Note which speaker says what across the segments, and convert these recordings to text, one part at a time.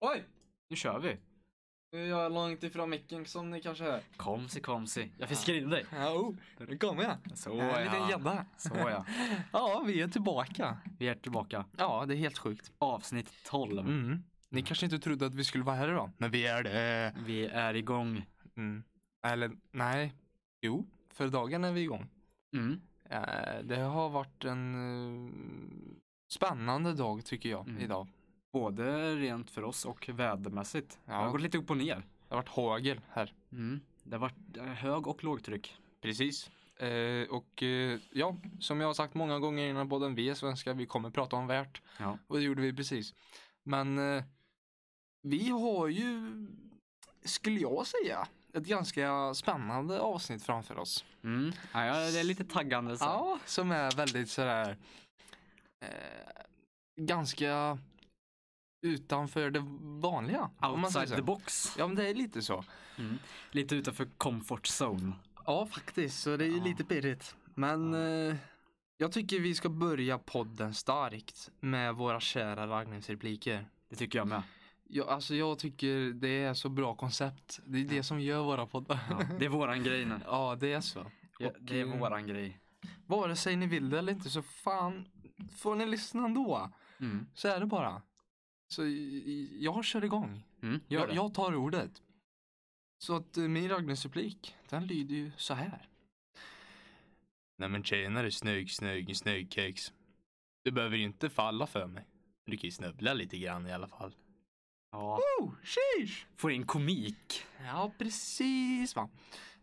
Speaker 1: Oj!
Speaker 2: Nu kör vi.
Speaker 1: Nu är jag långt ifrån micken som ni kanske hör.
Speaker 2: Komsi, komsi. Jag fiskar in dig.
Speaker 1: Jo, nu kommer jag.
Speaker 2: Så
Speaker 1: Jag är En liten
Speaker 2: ja.
Speaker 1: gädda.
Speaker 2: Så ja.
Speaker 1: Ja, vi är tillbaka.
Speaker 2: Vi är tillbaka.
Speaker 1: Ja, det är helt sjukt.
Speaker 2: Avsnitt 12.
Speaker 1: Mm. Ni kanske inte trodde att vi skulle vara här idag, men vi är det.
Speaker 2: Vi är igång.
Speaker 1: Mm. Eller nej, jo, för dagen är vi igång.
Speaker 2: Mm.
Speaker 1: Eh, Det har varit en eh, spännande dag tycker jag
Speaker 2: Mm.
Speaker 1: idag.
Speaker 2: Både rent för oss och vädermässigt. Det har
Speaker 1: Ja.
Speaker 2: gått lite upp och ner.
Speaker 1: Det har varit hagel här.
Speaker 2: Mm. Det har varit eh, hög och lågtryck.
Speaker 1: Precis. Eh, och eh, ja, som jag har sagt många gånger innan podden, vi är svenskar, vi kommer prata om värt.
Speaker 2: Ja.
Speaker 1: Och det gjorde vi precis. Men eh, vi har ju, skulle jag säga, ett ganska spännande avsnitt framför oss.
Speaker 2: Mm. Ja, ja, det är lite taggande. Så.
Speaker 1: Ja, som är väldigt sådär, eh, ganska utanför det vanliga. om man säger
Speaker 2: Outside
Speaker 1: så.
Speaker 2: the box.
Speaker 1: Ja, men det är lite så.
Speaker 2: Mm. Lite utanför comfort zone.
Speaker 1: Ja, faktiskt. Så det är ju
Speaker 2: Ja.
Speaker 1: lite pirrigt. Men eh, jag tycker vi ska börja podden starkt med våra kära raggningsrepliker.
Speaker 2: Det tycker jag med.
Speaker 1: Jag, alltså jag tycker det är så bra koncept. Det är det som gör våra poddar.
Speaker 2: Ja. Det är våran grej nu.
Speaker 1: ja, det är så.
Speaker 2: Ja,
Speaker 1: Och,
Speaker 2: det är
Speaker 1: eh,
Speaker 2: våran grej.
Speaker 1: Vare sig ni vill det eller inte så fan får ni lyssna ändå.
Speaker 2: Mm.
Speaker 1: Så är det bara. Så i- i- jag kör igång.
Speaker 2: Mm. Gör
Speaker 1: Jag,
Speaker 2: det.
Speaker 1: jag tar ordet. Så att eh, min raggningsreplik, den lyder ju så här. Nej men tjenare snygg, snygg, snygg kex. Du behöver inte falla för mig. Du kan ju snubbla lite grann i alla fall.
Speaker 2: Ja.
Speaker 1: Oh, sheesh!
Speaker 2: Får in komik.
Speaker 1: Ja, precis va.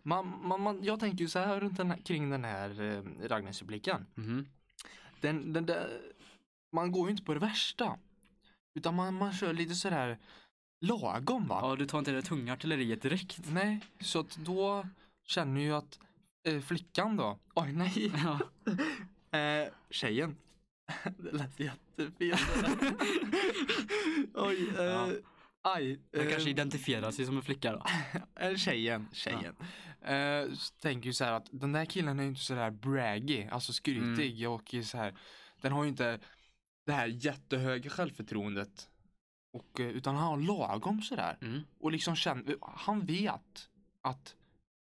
Speaker 1: Man, man, man, jag tänker ju så här runt den här, kring den här eh, raggningsrepliken.
Speaker 2: Mm.
Speaker 1: Den, den där, man går ju inte på det värsta. Utan man, man kör lite så här lagom va.
Speaker 2: Ja, du tar inte det tunga artilleriet direkt.
Speaker 1: Nej, så att då känner ju att eh, flickan då, oj nej,
Speaker 2: Ja.
Speaker 1: eh, tjejen. Det lät jättefel. oj, eh,
Speaker 2: Ja.
Speaker 1: aj.
Speaker 2: Den kanske
Speaker 1: eh,
Speaker 2: identifierar sig som en flicka då.
Speaker 1: eh, tjejen, tjejen. Eh, så tänker ju så här att den där killen är ju inte så där braggy, alltså skrytig och är så här, den har ju inte det här jättehöga självförtroendet. Och, eh, utan han har lagom sådär.
Speaker 2: Mm.
Speaker 1: Och liksom känner, han vet att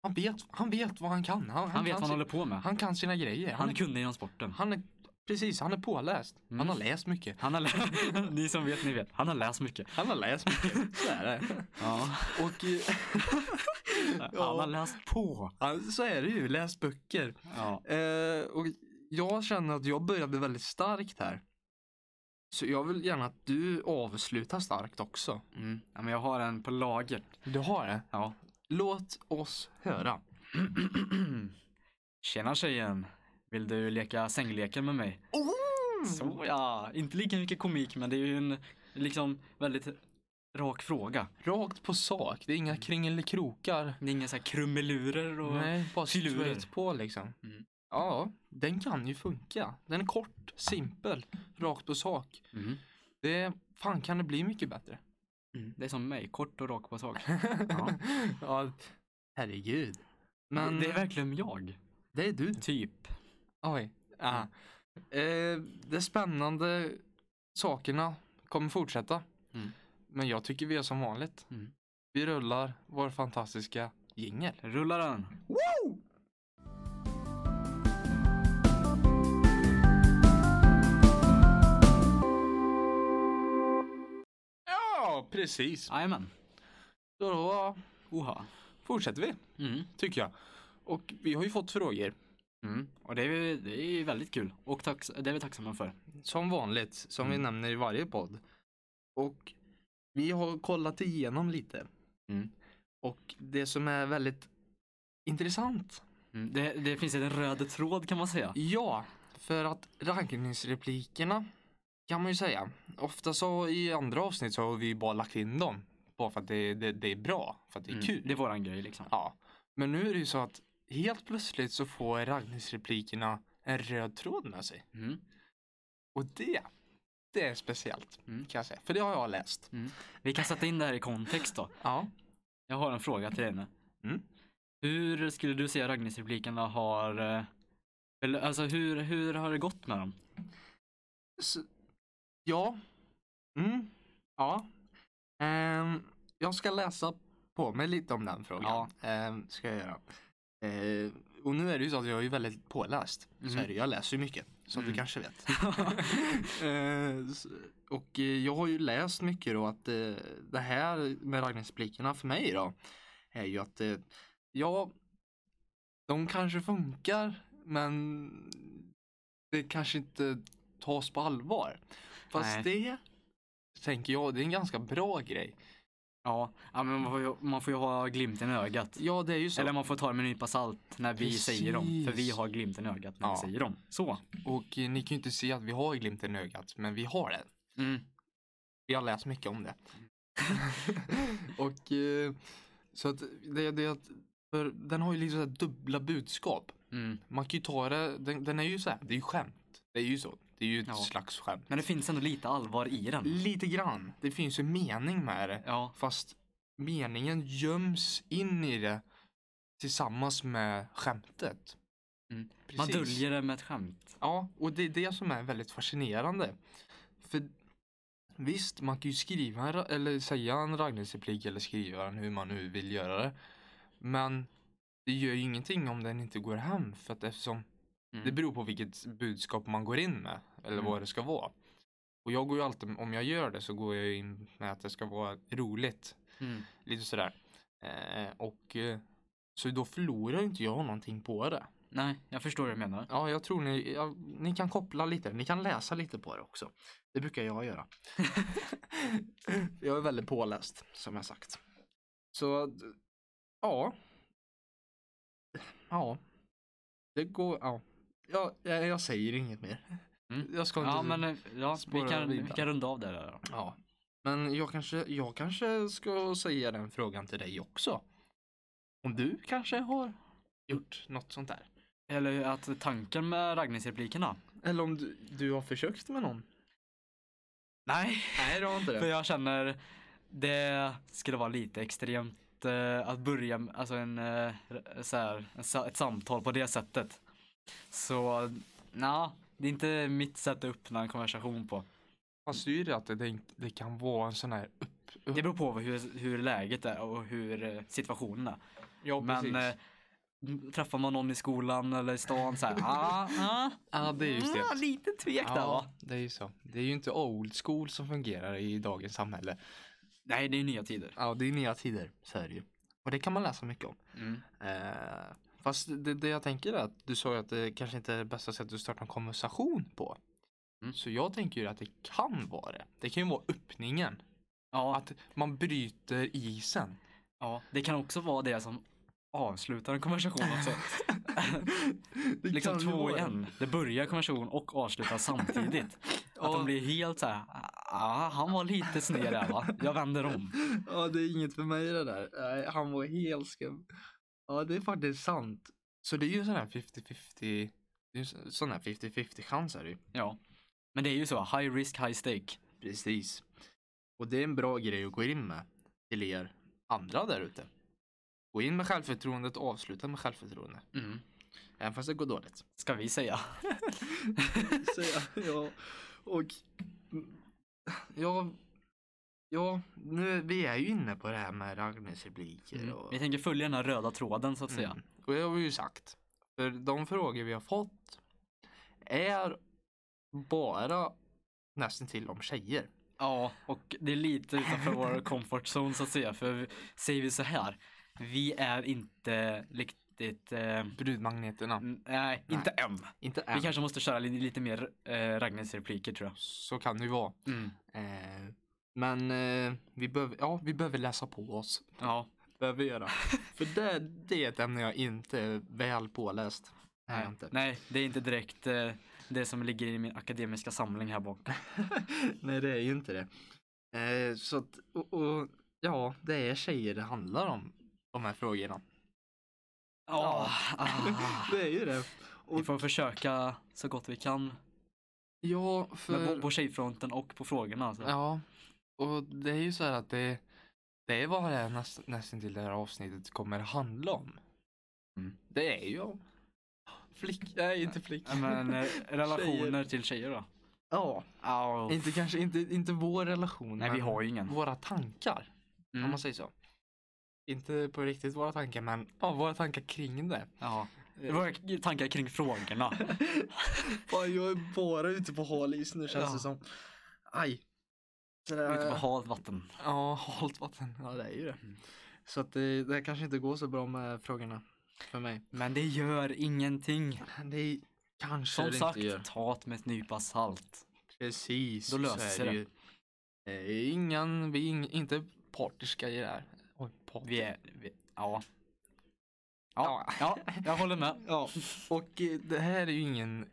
Speaker 1: han vet, han vet vad han kan.
Speaker 2: Han
Speaker 1: Han,
Speaker 2: vet
Speaker 1: kan
Speaker 2: vad han
Speaker 1: sin-
Speaker 2: håller på med.
Speaker 1: han kan sina grejer. Han,
Speaker 2: Han är
Speaker 1: är,
Speaker 2: kunnig inom sporten.
Speaker 1: han är, precis, han är påläst.
Speaker 2: Mm.
Speaker 1: Han har läst mycket.
Speaker 2: Han har lä- ni som vet, ni vet. Han har läst mycket.
Speaker 1: Han har läst mycket. Så är det.
Speaker 2: Ja.
Speaker 1: Och eh,
Speaker 2: Han har läst på.
Speaker 1: han- så är det ju, läst böcker.
Speaker 2: Ja.
Speaker 1: Eh, och jag känner att jag började väldigt starkt här. Så jag vill gärna att du avslutar starkt också.
Speaker 2: Mm. ja, men jag har en på lager.
Speaker 1: Du har det.
Speaker 2: Ja.
Speaker 1: Låt oss höra.
Speaker 2: Tjena tjejen. Vill du leka sängleken med mig? Så ja, inte lika mycket komik men det är ju en liksom väldigt rak fråga.
Speaker 1: Rakt på sak, det är inga kringelikrokar.
Speaker 2: Det är inga så här krumelurer och...
Speaker 1: Nej, bara
Speaker 2: filurer.
Speaker 1: straight på liksom.
Speaker 2: Mm.
Speaker 1: Ja, den kan ju funka. Den är kort, simpel, rakt på sak.
Speaker 2: Mm.
Speaker 1: Det, fan kan det bli mycket bättre?
Speaker 2: Mm. Det är som mig, kort och rak på sak. Ja.
Speaker 1: ja, herregud. Men
Speaker 2: det, det är verkligen jag.
Speaker 1: det är du.
Speaker 2: Typ.
Speaker 1: Oj. Ja. Eh, de spännande sakerna kommer fortsätta.
Speaker 2: Mm.
Speaker 1: Men jag tycker vi är som vanligt.
Speaker 2: Mm.
Speaker 1: Vi rullar vår fantastiska jingel.
Speaker 2: Rullar den.
Speaker 1: Ja, precis.
Speaker 2: Jajamän.
Speaker 1: Då, då
Speaker 2: Oha.
Speaker 1: fortsätter vi,
Speaker 2: Mm.
Speaker 1: tycker jag. Och vi har ju fått frågor.
Speaker 2: Mm. Och det är, det är väldigt kul. Och tax, det är vi tacksamma för.
Speaker 1: som vanligt, som vi
Speaker 2: Mm.
Speaker 1: nämner i varje podd. Och vi har kollat igenom lite.
Speaker 2: Mm.
Speaker 1: Och det som är väldigt intressant.
Speaker 2: Mm. Det, det finns en röd tråd kan man säga.
Speaker 1: Ja, för att raggningsreplikerna kan man ju säga. Ofta så i andra avsnitt så har vi bara lagt in dem. Bara för att det, det, det är bra, för att det är
Speaker 2: Mm.
Speaker 1: kul.
Speaker 2: Det är våran grej liksom.
Speaker 1: Ja. Men nu är det ju så att helt plötsligt så får raggningsreplikerna en röd tråd med sig.
Speaker 2: Mm.
Speaker 1: Och det, det är speciellt
Speaker 2: Mm.
Speaker 1: kan jag säga. För det har jag läst.
Speaker 2: Vi kan sätta in det här i kontext då.
Speaker 1: Ja.
Speaker 2: Jag har en fråga till dig nu.
Speaker 1: Mm.
Speaker 2: Hur skulle du säga raggningsreplikerna har... eh, Eller alltså hur, hur har det gått med dem?
Speaker 1: S- ja. Mm. Ja. jag ska läsa på mig lite om den frågan. Eh, ska jag göra. Eh, och nu är det ju så att jag är ju väldigt påläst. Så
Speaker 2: Mhm.
Speaker 1: är det, jag läser ju mycket. Som
Speaker 2: Mm.
Speaker 1: du kanske vet. Eh, s- och eh, jag har ju läst mycket då att eh, det här med raggningsplikerna för mig då är ju att eh, ja, de kanske funkar men det kanske inte tas på allvar. Fast
Speaker 2: Nej.
Speaker 1: det tänker jag, det är en ganska bra grej.
Speaker 2: ja, ja, men man får, ju, man får ju ha glimten i ögat.
Speaker 1: Ja, det är ju så.
Speaker 2: Eller man får ta det med en nypa salt när vi säger dem. För vi
Speaker 1: Precis.
Speaker 2: har glimten i ögat när
Speaker 1: Ja.
Speaker 2: vi säger dem. Så.
Speaker 1: Och eh, ni kan ju inte se att vi har glimten i ögat, men vi har det.
Speaker 2: Mm.
Speaker 1: Vi har läst mycket om det. och eh, så att det, det är att för den har ju liksom så här dubbla budskap.
Speaker 2: Mm.
Speaker 1: Man kan ju ta det, den, den är ju så här, det är ju skämt. Det är ju så. Det är ju ett
Speaker 2: Ja.
Speaker 1: slags skämt.
Speaker 2: Men det finns ändå lite allvar i den.
Speaker 1: Lite grann. Det finns ju mening med det.
Speaker 2: Ja,
Speaker 1: Fast meningen göms in i det tillsammans med skämtet.
Speaker 2: Mm. man döljer det med ett skämt.
Speaker 1: Ja, och det är det som är väldigt fascinerande. För visst, man kan ju skriva en, ra- eller säga en raggningsreplik eller skriva den hur man nu vill göra det. Men det gör ju ingenting om den inte går hem för att eftersom
Speaker 2: Mm.
Speaker 1: det beror på vilket budskap man går in med eller
Speaker 2: Mm.
Speaker 1: vad det ska vara. Och jag går ju alltid, om jag gör det så går jag ju in med att det ska vara roligt.
Speaker 2: Mm.
Speaker 1: Lite sådär. Eh, och eh, så då förlorar ju inte jag någonting på det.
Speaker 2: Nej, jag förstår vad du menar.
Speaker 1: Ja, jag tror ni, ja, ni kan koppla lite. Ni kan läsa lite på det också. Det brukar jag göra. jag är väldigt påläst, som jag sagt. Så, d- ja. Ja. Det går, ja. Jag, jag, jag säger inget mer.
Speaker 2: Mm.
Speaker 1: Jag ska inte...
Speaker 2: Ja, men eh, ja, vi,
Speaker 1: spåra
Speaker 2: kan, vi
Speaker 1: vidare.
Speaker 2: kan runda av det där. då.
Speaker 1: ja. men jag, kanske, jag kanske ska säga den frågan till dig också. Om du kanske har gjort något sånt där.
Speaker 2: Eller att tanken med raggningsreplikerna.
Speaker 1: Eller om du, du har försökt med någon.
Speaker 2: Nej,
Speaker 1: Nej, du har inte
Speaker 2: för jag känner det skulle vara lite extremt eh, att börja med alltså en, eh, så här, en, sa- ett samtal på det sättet. Så, nja, det är inte mitt sätt att öppna en konversation på.
Speaker 1: Fast det är ju det att det, det, inte- det kan vara en sån här upp...
Speaker 2: Det beror på hur, hur läget är och hur eh, situationen är.
Speaker 1: Ja,
Speaker 2: Men eh, m- träffar man någon i skolan eller i stan så här, ah, ah,
Speaker 1: ja, det är just det.
Speaker 2: ah, lite tvek där va?
Speaker 1: Ja, det är ju så. Det är ju inte old school som fungerar i dagens samhälle.
Speaker 2: Nej, det är nya tider.
Speaker 1: Ja, det är nya tider, så är det ju. Och det kan man läsa mycket om.
Speaker 2: Mm.
Speaker 1: Eh, fast det, det jag tänker är att du sa ju att det kanske inte är det bästa sättet att starta en konversation på.
Speaker 2: Mm.
Speaker 1: Så jag tänker ju att det kan vara det. Det kan ju vara öppningen.
Speaker 2: Ja,
Speaker 1: Att man bryter isen.
Speaker 2: ja, det kan också vara det som avslutar en konversation också.
Speaker 1: Det
Speaker 2: liksom
Speaker 1: kan ju
Speaker 2: två
Speaker 1: vara
Speaker 2: i
Speaker 1: det.
Speaker 2: en. Det börjar konversation och avslutas samtidigt. Att
Speaker 1: Ja.
Speaker 2: de blir helt så här, ah, han var lite sned där va? Jag vänder om.
Speaker 1: Ja, det är inget för mig det där. Nej, han var helt skum. Ja, det är faktiskt sant. Så det är ju en sån här 50-50. Det är ju en sån här 50-50 chans är det ju.
Speaker 2: Ja. Men det är ju så, high risk, high stake.
Speaker 1: Precis. Och det är en bra grej att gå in med till er andra där ute. Gå in med självförtroendet och avsluta med självförtroende.
Speaker 2: Mm.
Speaker 1: Även fast det går dåligt.
Speaker 2: Ska vi säga.
Speaker 1: Så, ja, och ja, ja, nu, vi är ju inne på det här med raggningsrepliker
Speaker 2: Mm.
Speaker 1: och
Speaker 2: Vi tänker följa den här röda tråden så att säga.
Speaker 1: Mm. Och det har vi ju sagt. För de frågor vi har fått är bara nästan till om tjejer.
Speaker 2: Ja, och det är lite utanför vår comfort zone så att säga. För vi- säger vi så här, vi är inte riktigt, eh,
Speaker 1: Brudmagneterna.
Speaker 2: n- nej, inte än.
Speaker 1: Inte än.
Speaker 2: Vi kanske måste köra li- lite mer eh, Ragnars-repliker tror
Speaker 1: Så kan det ju vara.
Speaker 2: jag. Mm.
Speaker 1: Eh, men eh, vi, behöver, ja, vi behöver läsa på oss.
Speaker 2: Ja,
Speaker 1: Behöver vi göra. För det, det är ett ämne jag inte är väl påläst. Det är jag
Speaker 2: nej,
Speaker 1: inte.
Speaker 2: nej, det är inte direkt eh, det som ligger i min akademiska samling här bak.
Speaker 1: Nej, det är ju inte det. Eh, så att, och, och, ja, det är tjejer det handlar om. De här frågorna.
Speaker 2: Ja, ah.
Speaker 1: det är ju det.
Speaker 2: Vi får försöka så gott vi kan
Speaker 1: Ja,
Speaker 2: men
Speaker 1: för...
Speaker 2: på, på tjejfronten och på frågorna. alltså. Så.
Speaker 1: Ja, och det är ju så här att det, det är vad det här näst, nästan till det här avsnittet kommer handla om.
Speaker 2: Mm.
Speaker 1: Det är ju om flick, nej inte flick.
Speaker 2: Ja, Men eh, relationer till tjejer då?
Speaker 1: ja,
Speaker 2: Oh.
Speaker 1: inte kanske, inte, inte vår relation.
Speaker 2: Nej, vi har ju ingen.
Speaker 1: våra tankar. om
Speaker 2: Mm.
Speaker 1: man säger så. Inte på riktigt våra tankar, men ja, våra tankar kring det.
Speaker 2: Ja. Våra k- tankar kring frågorna.
Speaker 1: Fan, jag är bara ute på hal is nu
Speaker 2: känns det
Speaker 1: som. Aj. Eh.
Speaker 2: Ute på halt vatten.
Speaker 1: Ja, halt vatten. Ja, det är ju det. Så att eh, det, det här kanske inte går så bra med frågorna för mig.
Speaker 2: Men det gör ingenting.
Speaker 1: Det är kanske
Speaker 2: Som
Speaker 1: det
Speaker 2: sagt,
Speaker 1: inte gör.
Speaker 2: ta det med ett nypa salt.
Speaker 1: Precis.
Speaker 2: Då löser
Speaker 1: så är
Speaker 2: det.
Speaker 1: ju. Eh, Ingen, vi är ing, inte partiska i det här. Oj, partiska.
Speaker 2: Vi är, vi, ja. Ja, ja, jag håller med.
Speaker 1: Ja, och eh, det här är ju ingen,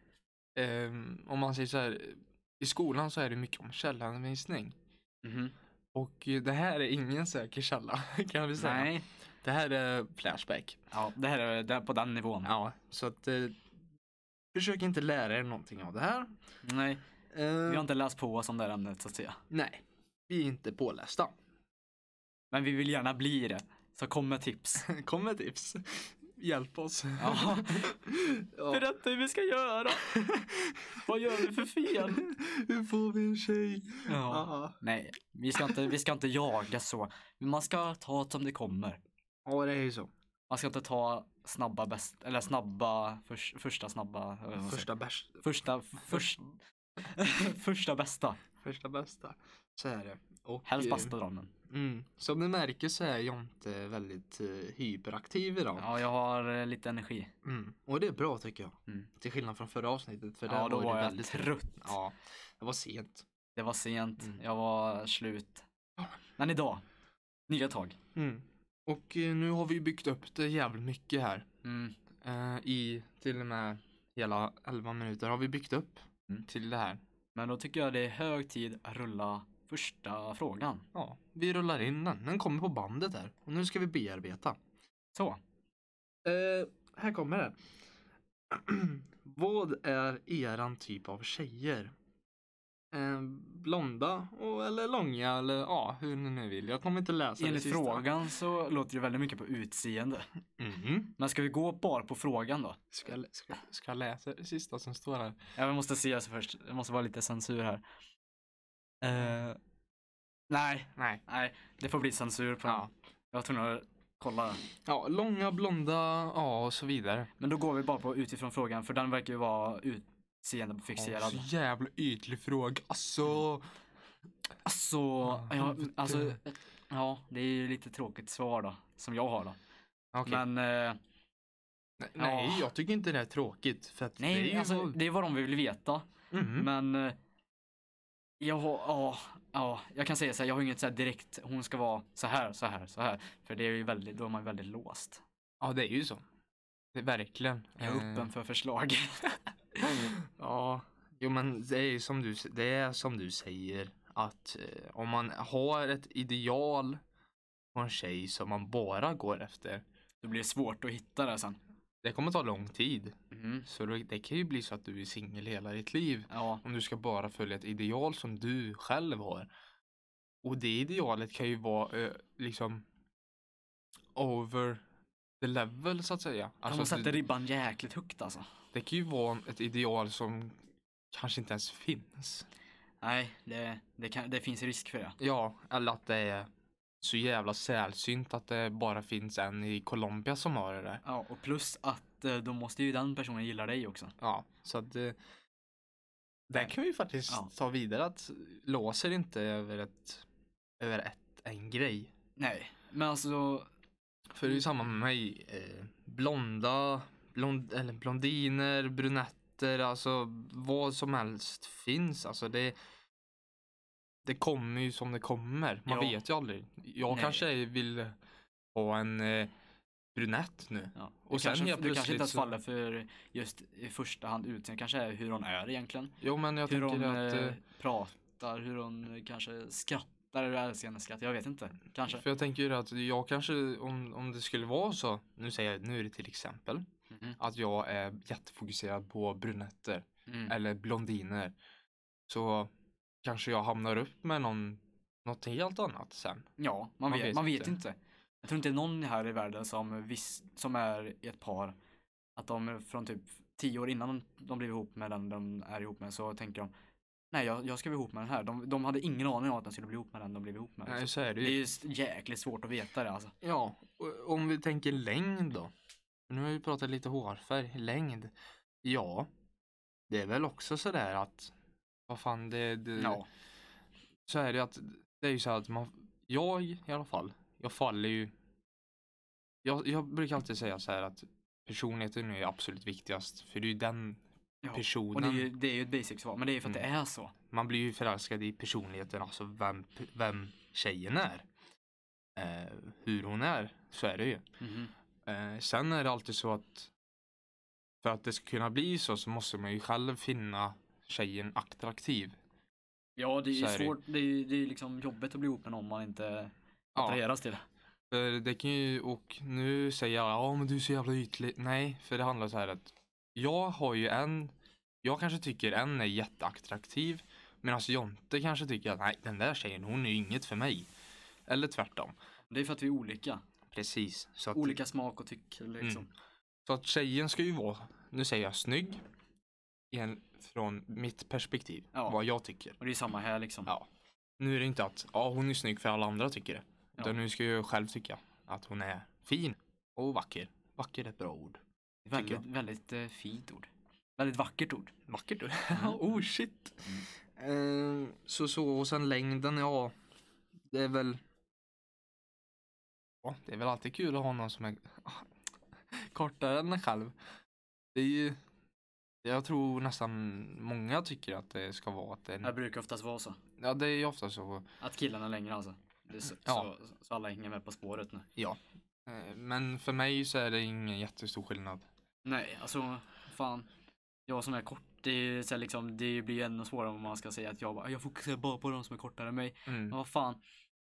Speaker 1: ehm, om man säger så här, eh, i skolan så är det mycket om källhänvisning.
Speaker 2: Mhm.
Speaker 1: Och eh, det här är ingen säker källa, kan vi säga.
Speaker 2: Nej,
Speaker 1: Det här är Flashback.
Speaker 2: ja, det här är det är på den nivån.
Speaker 1: Ja, så att eh, försök inte lära er någonting av det här.
Speaker 2: Nej,
Speaker 1: Eh,
Speaker 2: vi har inte läst på oss om det här ämnet så att säga.
Speaker 1: Nej, vi är inte pålästa.
Speaker 2: Men vi vill gärna bli det. Så kom med tips.
Speaker 1: Kom med tips. Hjälp oss.
Speaker 2: Ja.
Speaker 1: Ja.
Speaker 2: Berätta hur vi ska göra. Vad gör vi för fel?
Speaker 1: Hur får vi en tjej?
Speaker 2: Ja.
Speaker 1: Ja,
Speaker 2: Nej, vi ska, inte, vi ska inte jaga så. Men man ska ta det som det kommer.
Speaker 1: ja det är ju så.
Speaker 2: Man ska inte ta snabba bäst, eller snabba, förs, första snabba, jag vet inte vad man säger.
Speaker 1: Första bärs,
Speaker 2: första, först, första bästa.
Speaker 1: första bästa. Så är det. Och,
Speaker 2: Helst
Speaker 1: eh,
Speaker 2: bästa drömmen.
Speaker 1: Mm. Som ni märker så är Jonte väldigt eh, hyperaktiv idag.
Speaker 2: Ja, jag har eh, lite energi.
Speaker 1: Mm. Och det är bra tycker jag.
Speaker 2: Mm.
Speaker 1: Till skillnad från förra avsnittet. För
Speaker 2: Ja,
Speaker 1: där
Speaker 2: då
Speaker 1: var
Speaker 2: var
Speaker 1: det
Speaker 2: jag
Speaker 1: väldigt...
Speaker 2: trött.
Speaker 1: Ja, det var sent.
Speaker 2: Det var sent,
Speaker 1: Mm.
Speaker 2: jag var slut.
Speaker 1: Ja.
Speaker 2: Men idag, nya tag.
Speaker 1: Mm. Och eh, nu har vi ju byggt upp det jävligt mycket här.
Speaker 2: Mm.
Speaker 1: eh, i till och med hela 11 minuter har vi byggt upp
Speaker 2: Mm.
Speaker 1: till det här.
Speaker 2: Men då tycker jag det är hög tid att rulla första frågan.
Speaker 1: Ja, vi rullar in den. Den kommer på bandet här och nu ska vi bearbeta.
Speaker 2: Så,
Speaker 1: Alltså, Eh, här kommer den. Vad är eran typ av tjejer? Eh, blonda och, eller långa eller ja, hur ni nu vill. Jag kommer inte läsa
Speaker 2: enligt
Speaker 1: det sista.
Speaker 2: frågan så låter det väldigt mycket på utseende.
Speaker 1: Mm.
Speaker 2: Men ska vi gå bara på frågan då?
Speaker 1: Ska, jag lä- ska, ska jag läsa det sista som står här?
Speaker 2: Jag måste se alltså först, det måste vara lite censur här. Eh, nej,
Speaker 1: Nej.
Speaker 2: nej, det får bli censur på
Speaker 1: Ja.
Speaker 2: ja. Jag var tvungen att kolla.
Speaker 1: ja, långa, blonda, ja och så vidare.
Speaker 2: Men då går vi bara på utifrån frågan för den verkar ju vara
Speaker 1: Ja,
Speaker 2: utseendefixerad.
Speaker 1: så jävla ytlig fråga. Alltså.
Speaker 2: Alltså, ja,
Speaker 1: helvete.
Speaker 2: alltså, ja, det är ju lite tråkigt svar då, som jag har då.
Speaker 1: Okej.
Speaker 2: Men eh,
Speaker 1: Nej, Nej,
Speaker 2: Ja.
Speaker 1: jag tycker inte det är tråkigt. För att
Speaker 2: nej,
Speaker 1: det är ju
Speaker 2: alltså,
Speaker 1: vad-
Speaker 2: det är vad de vill veta.
Speaker 1: Mhm.
Speaker 2: Men eh, jag har, ja, ja, jag kan säga så här, jag har inget så här direkt, hon ska vara så här, så här, så här. För det är ju väldigt, då är man ju väldigt låst.
Speaker 1: Ja, det är ju så. Det är verkligen.
Speaker 2: Jag är
Speaker 1: Eh,
Speaker 2: öppen för förslag.
Speaker 1: Ja, jo men det är ju som du, s- det är som du säger att eh, om man har ett ideal på en tjej som man bara går efter.
Speaker 2: det blir svårt att hitta det sen.
Speaker 1: Det kommer ta lång tid.
Speaker 2: Mm.
Speaker 1: Så det, det kan ju bli så att du är singel hela ditt liv.
Speaker 2: Ja,
Speaker 1: Om du ska bara följa ett ideal som du själv har. Och det idealet kan ju vara eh, liksom over the level så att säga.
Speaker 2: alltså, de
Speaker 1: Alltså,
Speaker 2: sätter
Speaker 1: det,
Speaker 2: ribban jäkligt högt alltså.
Speaker 1: det kan ju vara ett ideal som kanske inte ens finns.
Speaker 2: Nej, det, det, kan, det finns risk för det.
Speaker 1: Ja, eller att det är så jävla sällsynt att det bara finns en i Colombia som har det där.
Speaker 2: Ja, och plus att eh, då måste ju den personen gilla dig också.
Speaker 1: Ja, så att eh, där kan vi faktiskt
Speaker 2: Ja.
Speaker 1: ta vidare att låser inte över ett, över ett, en grej.
Speaker 2: Nej, men alltså,
Speaker 1: För det är ju samma med mig. Eh, blonda, blond, eller blondiner, brunetter, alltså vad som helst finns. Alltså det, det kommer ju som det kommer. Man
Speaker 2: Ja.
Speaker 1: vet ju aldrig. Jag
Speaker 2: Nej.
Speaker 1: kanske vill ha en eh, brunett nu.
Speaker 2: ja.
Speaker 1: Och
Speaker 2: Och
Speaker 1: sen
Speaker 2: kanske,
Speaker 1: helt
Speaker 2: du kanske
Speaker 1: plötsligt
Speaker 2: inte ens
Speaker 1: så-
Speaker 2: faller för just i första hand utseende, kanske är hur hon är egentligen.
Speaker 1: Jo men jag
Speaker 2: hur
Speaker 1: tänker
Speaker 2: hon
Speaker 1: att, eh,
Speaker 2: eh, pratar, hur hon eh, kanske skrattar eller älskar hennes skratt. Jag vet inte, kanske.
Speaker 1: för jag tänker ju att jag kanske, om, om det skulle vara så, nu säger jag, nu är det till exempel,
Speaker 2: Mhm.
Speaker 1: att jag är jättefokuserad på brunetter.
Speaker 2: Mm.
Speaker 1: eller blondiner så kanske jag hamnar upp med någon, något helt annat sen.
Speaker 2: Ja, man, vet, man vet
Speaker 1: inte.
Speaker 2: inte. Jag tror inte någon här i världen som, viss, som är i ett par, att de från typ tio år innan de blev ihop med den de är ihop med så tänker de Nej jag, jag skrev ihop med den här. De, de hade ingen aning om att de skulle bli ihop med den de blev ihop med.
Speaker 1: Nej,
Speaker 2: liksom.
Speaker 1: så är det
Speaker 2: Det är
Speaker 1: ju.
Speaker 2: ju s- jäkligt svårt att veta det alltså.
Speaker 1: Ja, och om vi tänker längd då. Nu har vi pratat lite hårfärg, längd. Ja, det är väl också sådär att, vad fan det, det
Speaker 2: Ja.
Speaker 1: så är det att, det är ju så här att man, jag i alla fall, jag faller ju, jag, jag brukar alltid säga så här att personligheten är absolut viktigast, för det är ju den
Speaker 2: Ja, och
Speaker 1: personen.
Speaker 2: Och det är ju, det är ju ett basic svar. Men det är ju för att det är så.
Speaker 1: Man blir ju förälskad i personligheten, alltså vem, vem tjejen är. Eh, hur hon är, så är det ju.
Speaker 2: Mhm.
Speaker 1: Eh, sen är det alltid så att för att det ska kunna bli så så måste man ju själv finna tjejen attraktiv.
Speaker 2: Ja det är ju
Speaker 1: Så är det ju.
Speaker 2: svårt. Det är ju det är ju liksom jobbigt att bli ihop med någon man inte
Speaker 1: Ja,
Speaker 2: attraheras till.
Speaker 1: för det kan ju, och nu säger jag, ja men du är så jävla ytlig. Nej, för det handlar så här att jag har ju en, jag kanske tycker en är jätteattraktiv. Medan Jonte kanske tycker att nej den där tjejen hon är ju inget för mig. Eller tvärtom.
Speaker 2: Det är för att vi är olika.
Speaker 1: Precis. Så att,
Speaker 2: Olika smak och tyck liksom.
Speaker 1: så att tjejen ska ju vara, nu säger jag snygg. Igen, från mitt perspektiv,
Speaker 2: Ja.
Speaker 1: vad jag tycker.
Speaker 2: Och det är samma här liksom.
Speaker 1: Ja. Nu är det inte att ja, hon är snygg för alla andra tycker det.
Speaker 2: Ja.
Speaker 1: Utan nu ska jag själv tycka att hon är fin och vacker. Vacker är ett bra ord.
Speaker 2: väldigt, väldigt eh, fint ord. Väldigt vackert ord.
Speaker 1: Vackert ord? oh shit. Eh, så så och sen längden, ja. Det är väl. Ja, det är väl alltid kul att ha någon som är kortare än en själv. Det är ju. Jag tror nästan många tycker att det ska vara att det
Speaker 2: Det
Speaker 1: är,
Speaker 2: brukar oftast vara så.
Speaker 1: ja, det är ju ofta så.
Speaker 2: Att killarna är längre alltså. Det är så,
Speaker 1: Ja.
Speaker 2: så, så alla hänger med på spåret nu.
Speaker 1: Ja. Eh, Men för mig så är det ingen jättestor skillnad.
Speaker 2: Nej, alltså fan. Jag som är kort, det, är, ju så här, liksom, det blir ju ännu svårare om man ska säga att jag bara, jag fokuserar bara på de som är kortare än mig.
Speaker 1: Mm.
Speaker 2: Ja, vad fan.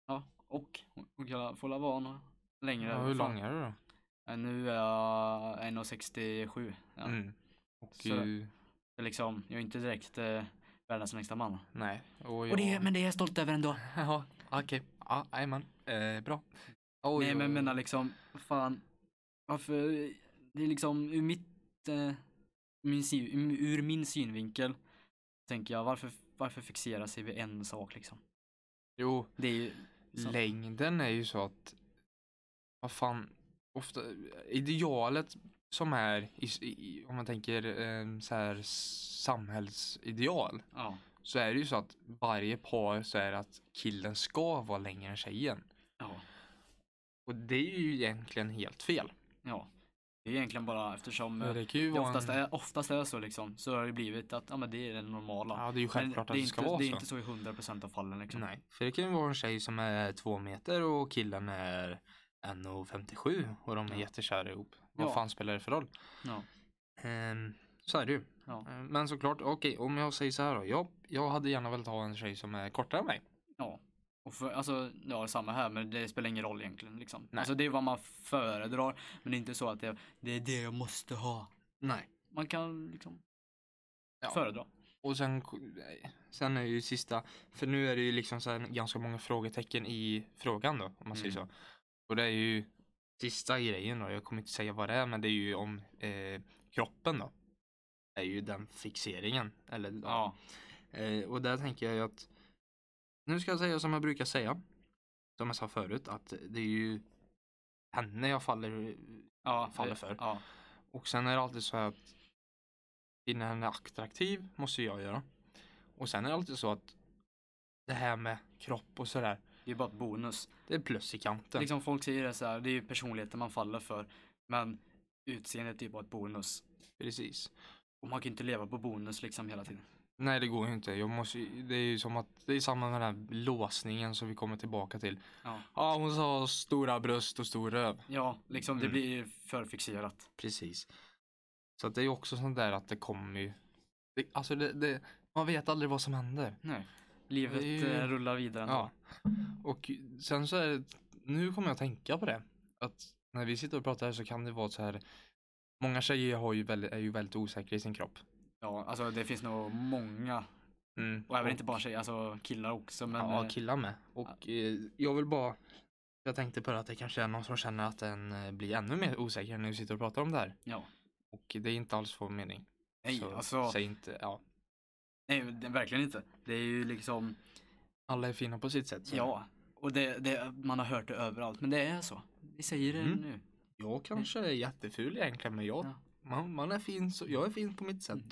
Speaker 2: Ja, och, och jag får la vara nå- längre.
Speaker 1: Ja, hur
Speaker 2: Fan.
Speaker 1: lång är du då?
Speaker 2: Ja, Nu är jag 1,67. Ja.
Speaker 1: Mm. Och
Speaker 2: Så-
Speaker 1: ju,
Speaker 2: Det är Liksom, jag är inte direkt eh, världens längsta man.
Speaker 1: nej. Och,
Speaker 2: Och det,
Speaker 1: jag-
Speaker 2: men det är jag stolt över ändå.
Speaker 1: Ja, okej. Ja, jajamän. Eh, bra. Och
Speaker 2: Nej
Speaker 1: jag-
Speaker 2: men jag menar liksom, fan. Varför, det är liksom ur mitt, eh, min, sy- ur min synvinkel. Tänker jag, varför, varför fixera sig vid en sak liksom?
Speaker 1: Jo,
Speaker 2: Det är ju, Så.
Speaker 1: längden är ju så att, vad fan, ofta, idealet som är, i, i, om man tänker eh, så här samhällsideal,
Speaker 2: ja.
Speaker 1: så är det ju så att varje par så är det att killen ska vara längre än tjejen.
Speaker 2: Ja.
Speaker 1: Och det är ju egentligen helt fel.
Speaker 2: ja. Det är egentligen bara eftersom
Speaker 1: Ja,
Speaker 2: eh,
Speaker 1: det kan ju
Speaker 2: det
Speaker 1: vara
Speaker 2: oftast
Speaker 1: en...
Speaker 2: är, oftast är så liksom. Så har det blivit att, ja men det är det normala.
Speaker 1: Ja, det är ju
Speaker 2: Men
Speaker 1: självklart
Speaker 2: det
Speaker 1: att
Speaker 2: är
Speaker 1: det ska
Speaker 2: inte,
Speaker 1: vara
Speaker 2: Det är
Speaker 1: så.
Speaker 2: inte så i 100% av fallen liksom.
Speaker 1: Nej, för det kan ju vara en tjej som är två meter och killen är 1,57 och de är
Speaker 2: Ja.
Speaker 1: jättekära ihop. Vad
Speaker 2: Ja.
Speaker 1: fan spelar det för roll?
Speaker 2: Ja.
Speaker 1: Ehm, så är det ju.
Speaker 2: Ja.
Speaker 1: Ehm, Men såklart, okej, om jag säger så här då. Jag, jag hade gärna velat ha en tjej som är kortare än mig.
Speaker 2: Ja. Och för, alltså, ja, samma här, men det spelar ingen roll egentligen. Liksom.
Speaker 1: Nej.
Speaker 2: Alltså, det är vad man föredrar, men det är inte så att det, det är det jag måste ha.
Speaker 1: Nej.
Speaker 2: Man kan liksom
Speaker 1: Ja.
Speaker 2: föredra.
Speaker 1: Och sen, sen är det ju sista, för nu är det ju liksom så här ganska många frågetecken i frågan då, om man säger
Speaker 2: Mm.
Speaker 1: så. Och det är ju sista grejen då, jag kommer inte säga vad det är, men det är ju om eh, kroppen då. Det är ju den fixeringen. Eller,
Speaker 2: Ja.
Speaker 1: Eh, och där tänker jag ju att nu ska jag säga som jag brukar säga. Som jag sa förut att det är ju henne jag faller
Speaker 2: ja.
Speaker 1: faller för.
Speaker 2: Ja.
Speaker 1: och sen är det alltid så här att finner henne attraktiv måste jag göra. Och sen är det alltid så att det här med kropp och sådär
Speaker 2: Det är bara ett bonus.
Speaker 1: det är plus i kanten.
Speaker 2: Liksom folk säger det så här, det är ju personligheten man faller för. Men utseendet är ju bara ett bonus.
Speaker 1: Precis.
Speaker 2: Och man kan ju inte leva på bonus liksom hela tiden.
Speaker 1: Nej det går ju inte. Jag måste, ju- det är ju som att det är samma med den här låsningen som vi kommer tillbaka till.
Speaker 2: Ja,
Speaker 1: Ja hon sa stora bröst och stor röv.
Speaker 2: ja liksom det
Speaker 1: Mm.
Speaker 2: blir ju för fixerat.
Speaker 1: Precis. Så att det är ju också sånt där att det kommer ju. Det, alltså det, det, man vet aldrig vad som händer.
Speaker 2: Nej. Livet
Speaker 1: Det är ju-
Speaker 2: eh, rullar vidare ändå.
Speaker 1: Ja. Och sen så är det, nu kommer jag att tänka på det. Att när vi sitter och pratar här så kan det vara så här. Många tjejer har ju väldigt, är ju väldigt osäkra i sin kropp.
Speaker 2: ja, alltså det finns nog många
Speaker 1: Mm.
Speaker 2: Och även inte bara tjejer, alltså killar också. Men,
Speaker 1: ja,
Speaker 2: eh,
Speaker 1: killar med. Och eh, jag vill bara, jag tänkte på det att det kanske är någon som känner att den eh, blir ännu mer osäker när vi sitter och pratar om det här.
Speaker 2: ja.
Speaker 1: Och det är inte alls vår mening.
Speaker 2: Nej,
Speaker 1: så
Speaker 2: alltså,
Speaker 1: säg inte, ja.
Speaker 2: Nej, det- verkligen inte. Det är ju liksom,
Speaker 1: Alla är fina på sitt sätt. så.
Speaker 2: ja. Och det, det, man har hört det överallt, men det är så. Vi säger det
Speaker 1: Mm.
Speaker 2: nu.
Speaker 1: Jag kanske är jätteful egentligen men jag,
Speaker 2: Ja. Mm.
Speaker 1: man, man är fin, så, jag är fin på mitt sätt.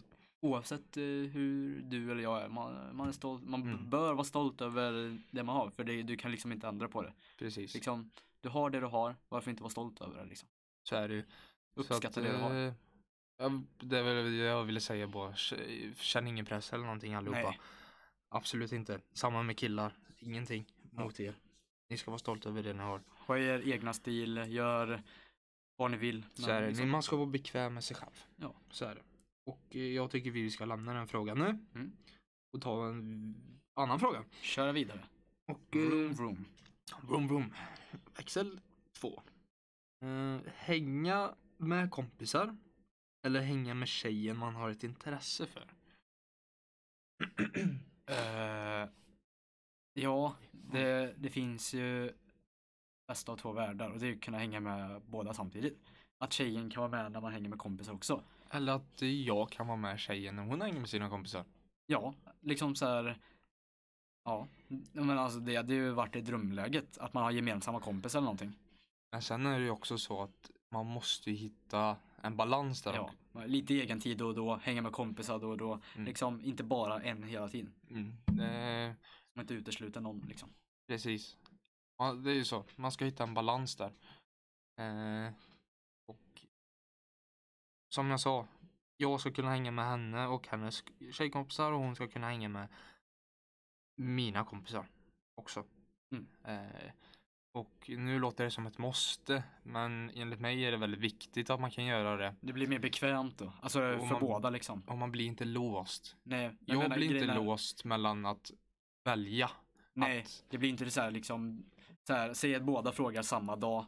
Speaker 2: Oavsett eh, hur du eller jag är, man, man, är stolt, man b-
Speaker 1: Mm.
Speaker 2: bör vara stolt över det man har. För det, du kan liksom inte ändra på det.
Speaker 1: Precis.
Speaker 2: Liksom, du har det du har, varför inte vara stolt över det? Liksom?
Speaker 1: Så är det ju. Så att,
Speaker 2: Uppskatta det du har.
Speaker 1: eh, ja, Det är väl det jag ville säga bara. K- Känn ingen press eller någonting allihopa.
Speaker 2: Nej.
Speaker 1: Absolut inte. Samma med killar. Ingenting mot er. Ni ska vara stolta över det ni har.
Speaker 2: Ha er egna stil, gör vad ni vill.
Speaker 1: Så
Speaker 2: men
Speaker 1: är det. Mm.
Speaker 2: liksom-
Speaker 1: Man ska vara bekväm med sig själv.
Speaker 2: Ja.
Speaker 1: Så är det. Och eh, jag tycker vi ska lämna den frågan nu.
Speaker 2: Mm.
Speaker 1: Och ta en annan fråga.
Speaker 2: Köra vidare.
Speaker 1: Och, eh,
Speaker 2: Vroom, vroom.
Speaker 1: Vroom vroom. Växel 2. hänga med kompisar eller hänga med tjejen man har ett intresse för?
Speaker 2: Eh, ja, det, det finns ju bästa av två världar och det är ju att kunna hänga med båda samtidigt. Att tjejen kan vara med när man hänger med kompisar också.
Speaker 1: Eller att jag kan vara med tjejen när hon hänger med sina kompisar.
Speaker 2: Ja, liksom så här. Ja, men alltså det hade ju varit det drömläget att man har gemensamma kompisar eller någonting.
Speaker 1: Men sen är det ju också så att man måste ju hitta en balans där.
Speaker 2: Ja, lite egen tid då och då, hänga med kompisar då och då.
Speaker 1: Mm.
Speaker 2: Liksom inte bara en hela tiden.
Speaker 1: Mm. Eh,
Speaker 2: Man inte utesluter någon liksom.
Speaker 1: precis. Ja, det är ju så. Man ska hitta en balans där. Eh, och som jag sa, jag ska kunna hänga med henne och hennes tjejkompisar och hon ska kunna hänga med mina kompisar också.
Speaker 2: Mm.
Speaker 1: Eh, och nu låter det som ett måste, men enligt mig är det väldigt viktigt att man kan göra det.
Speaker 2: Det blir mer bekvämt då. Alltså
Speaker 1: Och
Speaker 2: för
Speaker 1: man-
Speaker 2: båda liksom.
Speaker 1: Och man blir inte låst.
Speaker 2: Nej, men
Speaker 1: Jag,
Speaker 2: menar,
Speaker 1: blir inte
Speaker 2: grejen är-
Speaker 1: låst mellan att välja.
Speaker 2: Nej,
Speaker 1: att-
Speaker 2: det blir inte så här liksom, så här, säg att båda frågar samma dag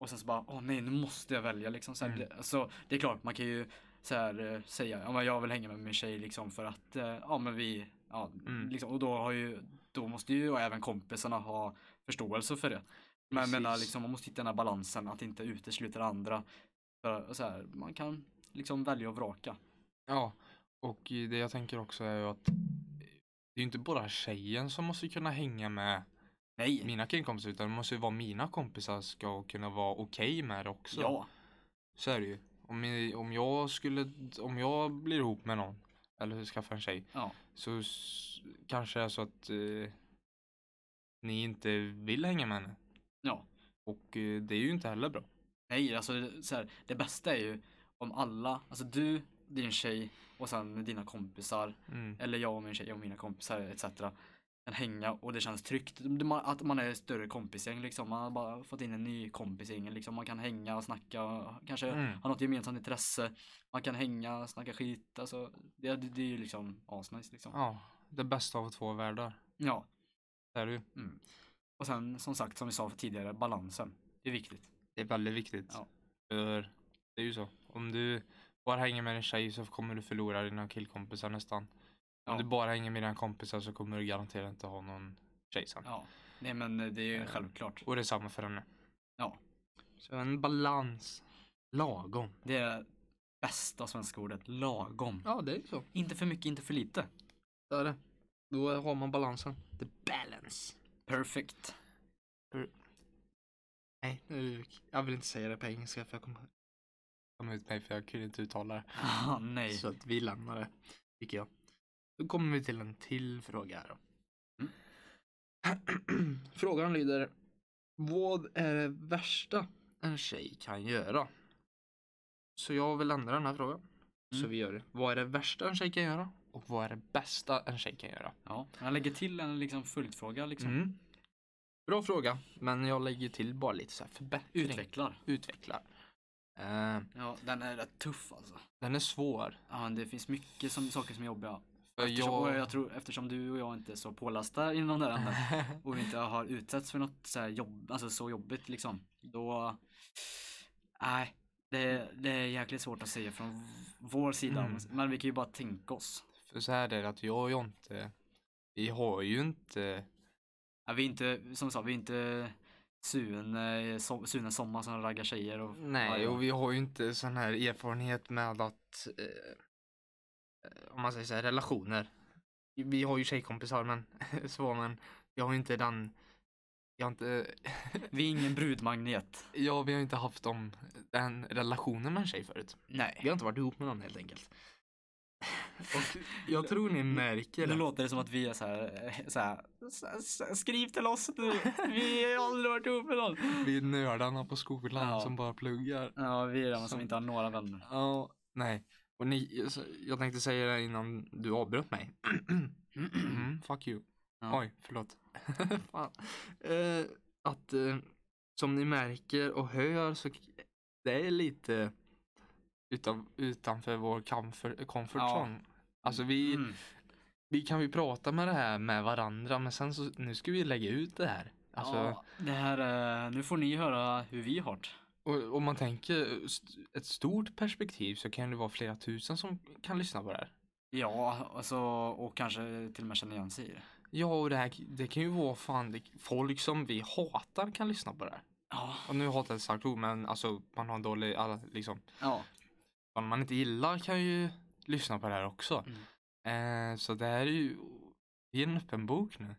Speaker 2: och sen så bara, åh nej, nu måste jag välja liksom. Så här,
Speaker 1: Mm.
Speaker 2: det, alltså, det är klart, man kan ju så här, eh, säga, ja men jag vill hänga med min tjej liksom för att, eh, ja men vi, ja,
Speaker 1: Mm.
Speaker 2: liksom, och då har ju, då måste ju även kompisarna ha förståelse för det. Men jag menar,
Speaker 1: Precis.
Speaker 2: liksom, man måste hitta den här balansen, att inte utesluta det andra. För, så här, man kan liksom välja och vraka.
Speaker 1: Ja, och det jag tänker också är ju att det är ju inte bara tjejen som måste kunna hänga med
Speaker 2: Nej,
Speaker 1: mina killkompisar utan det måste ju vara mina kompisar ska kunna vara okej med det också.
Speaker 2: ja,
Speaker 1: Så är det ju. Om, jag- om jag skulle, om jag blir ihop med någon eller skaffar en tjej
Speaker 2: Ja.
Speaker 1: så s- kanske det är så att eh, ni inte vill hänga med henne.
Speaker 2: Ja.
Speaker 1: Och eh, det är ju inte heller bra.
Speaker 2: Nej, alltså det- så här, det bästa är ju om alla, alltså du, din tjej och sen dina kompisar,
Speaker 1: Mm.
Speaker 2: eller jag och min tjej och mina kompisar etc. Kan hänga och det känns tryggt. Det- man- Att man är ett större kompisgäng liksom. Man har bara fått in en ny kompis i gänget, liksom. Man kan hänga och snacka, och kanske
Speaker 1: Mm.
Speaker 2: ha något gemensamt intresse. Man kan hänga, snacka skit, alltså. Det, det, det är ju liksom asnice liksom. Ja.
Speaker 1: Ja, det bästa av två världar. Det är det ju.
Speaker 2: mm. Och sen som sagt, som vi sa tidigare, balansen. Det är viktigt.
Speaker 1: Det är väldigt viktigt.
Speaker 2: Ja.
Speaker 1: För det är ju så. Om du bara hänger med en tjej så kommer du förlora dina killkompisar nästan. Om
Speaker 2: Ja.
Speaker 1: du bara hänger med dina kompisar så kommer du garanterat inte ha någon tjej sen.
Speaker 2: Ja. Nej men eh, det är ju självklart.
Speaker 1: Och det är samma för henne.
Speaker 2: Ja.
Speaker 1: Så en balans. Lagom.
Speaker 2: Det är bästa svenska ordet, lagom.
Speaker 1: Ja, det är ju så.
Speaker 2: Inte för mycket, inte för lite.
Speaker 1: Det är det. Då har man balansen. The balance.
Speaker 2: Perfect.
Speaker 1: Nej, nu, jag vill inte säga det på engelska för jag kommer komma ut mig för jag kunde inte uttala det.
Speaker 2: Ah, nej.
Speaker 1: Så att vi lämnar det, tycker jag. Då kommer vi till en till fråga här då. Mm. Frågan lyder. Vad är det värsta en tjej kan göra? Så jag vill ändra den här frågan. Så
Speaker 2: Mm.
Speaker 1: vi gör det. Vad är det värsta en tjej kan göra? Och vad är det bästa en tjej kan göra?
Speaker 2: Ja, han lägger till en liksom följdfråga liksom.
Speaker 1: Mm. Bra fråga, men jag lägger till bara lite så här förbättring.
Speaker 2: Utvecklar.
Speaker 1: Utvecklar. Eh,
Speaker 2: Ja, den är rätt tuff alltså.
Speaker 1: den är svår.
Speaker 2: Ja, men det finns mycket som, saker som är jobbiga.
Speaker 1: För
Speaker 2: Eftersom, och
Speaker 1: jag-
Speaker 2: jag tror, eftersom du och jag inte är så pålästa inom det här ämnet och vi inte har utsatts för något så, här jobb, alltså så jobbigt liksom. Då... Nej, det, det är jäkligt svårt att säga från vår sida.
Speaker 1: Mm.
Speaker 2: Men vi kan ju bara tänka oss.
Speaker 1: För så här är det att jag och Jonte, vi har ju inte,
Speaker 2: Ja, vi är inte, som sagt, vi är inte Sune, so, Sune Sommar som raggar tjejer och
Speaker 1: nej,
Speaker 2: ja,
Speaker 1: och vi har ju inte sån eh, här erfarenhet med att, eh, om man säger så här, relationer. vi har ju tjejkompisar men så men jag har ju inte den, jag har inte,
Speaker 2: Vi är ingen brudmagnet.
Speaker 1: ja vi har inte haft om den relationen med en tjej förut. Vi
Speaker 2: Nej.
Speaker 1: har inte varit ihop med någon helt enkelt. Och jag tror ni märker
Speaker 2: Nu
Speaker 1: det.
Speaker 2: låter det som att vi är så här, eh, så här "S- s- skriv till oss nu. Vi har aldrig varit ihop med någon.
Speaker 1: Vi är nördarna på skolan
Speaker 2: Ja.
Speaker 1: som bara pluggar.
Speaker 2: Ja, vi är de som
Speaker 1: Som-
Speaker 2: inte har några vänner.
Speaker 1: Ja, nej. Och ni, jag tänkte säga det innan du avbröt mig. Mm, fuck you.
Speaker 2: Ja.
Speaker 1: Oj, förlåt. Fan. Eh, att eh, som ni märker och hör så k- det är lite utan, utanför vår comfort, comfort
Speaker 2: Ja.
Speaker 1: zone. Alltså vi,
Speaker 2: Mm.
Speaker 1: vi kan ju prata med det här med varandra men sen så nu ska vi lägga ut det här. Alltså,
Speaker 2: Ja, det här, eh, nu får ni höra hur vi har det.
Speaker 1: och, om man tänker st- ett stort perspektiv så kan det vara flera tusen som kan lyssna på det här.
Speaker 2: Ja, alltså, och kanske till och med känner igen sig i det.
Speaker 1: Ja, och det, här, k- det kan ju vara fan det, folk som vi hatar kan lyssna på det här.
Speaker 2: Ja,
Speaker 1: Och nu hatar jag ett starkt ord men alltså man har en dålig, alla, liksom
Speaker 2: ja.
Speaker 1: vad man inte gillar kan ju lyssna på det här också.
Speaker 2: Mm.
Speaker 1: Eh, så det här är ju det är en öppen bok nu.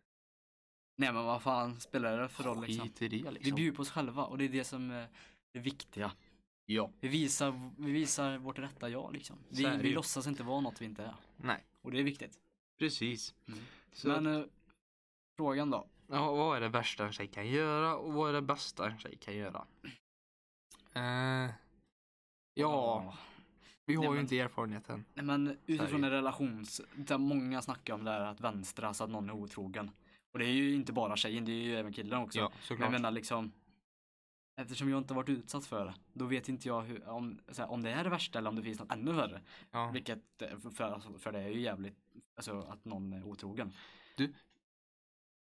Speaker 2: Nej men vad fan spelar det för roll liksom?
Speaker 1: Skit i det
Speaker 2: Vi
Speaker 1: liksom.
Speaker 2: bjuder på oss själva och det är det som är det viktiga.
Speaker 1: Ja.
Speaker 2: Vi visar, vi visar vårt rätta jag liksom.
Speaker 1: Så är
Speaker 2: Vi,
Speaker 1: det
Speaker 2: vi
Speaker 1: ju.
Speaker 2: låtsas inte vara något vi inte är.
Speaker 1: Nej,
Speaker 2: Och det är viktigt.
Speaker 1: precis.
Speaker 2: Mm.
Speaker 1: Så,
Speaker 2: Men eh, frågan då?
Speaker 1: ja, vad är det värsta en tjej kan göra och vad är det bästa en tjej kan göra? Eh, ja, vi har
Speaker 2: Nej,
Speaker 1: ju
Speaker 2: men-
Speaker 1: inte erfarenheten.
Speaker 2: Nej men utifrån
Speaker 1: ju.
Speaker 2: en relations, där många snackar om det här att vänstra så att någon är otrogen. Och det är ju inte bara tjejen, det är ju även killen också.
Speaker 1: Ja,
Speaker 2: Men jag
Speaker 1: såklart.
Speaker 2: menar liksom Eftersom jag inte varit utsatt för det, då vet inte jag hur, om, så här, om det är det värsta eller om det finns något ännu värre.
Speaker 1: ja.
Speaker 2: Vilket, eh, för, för, för det är ju jävligt, alltså att någon är otrogen.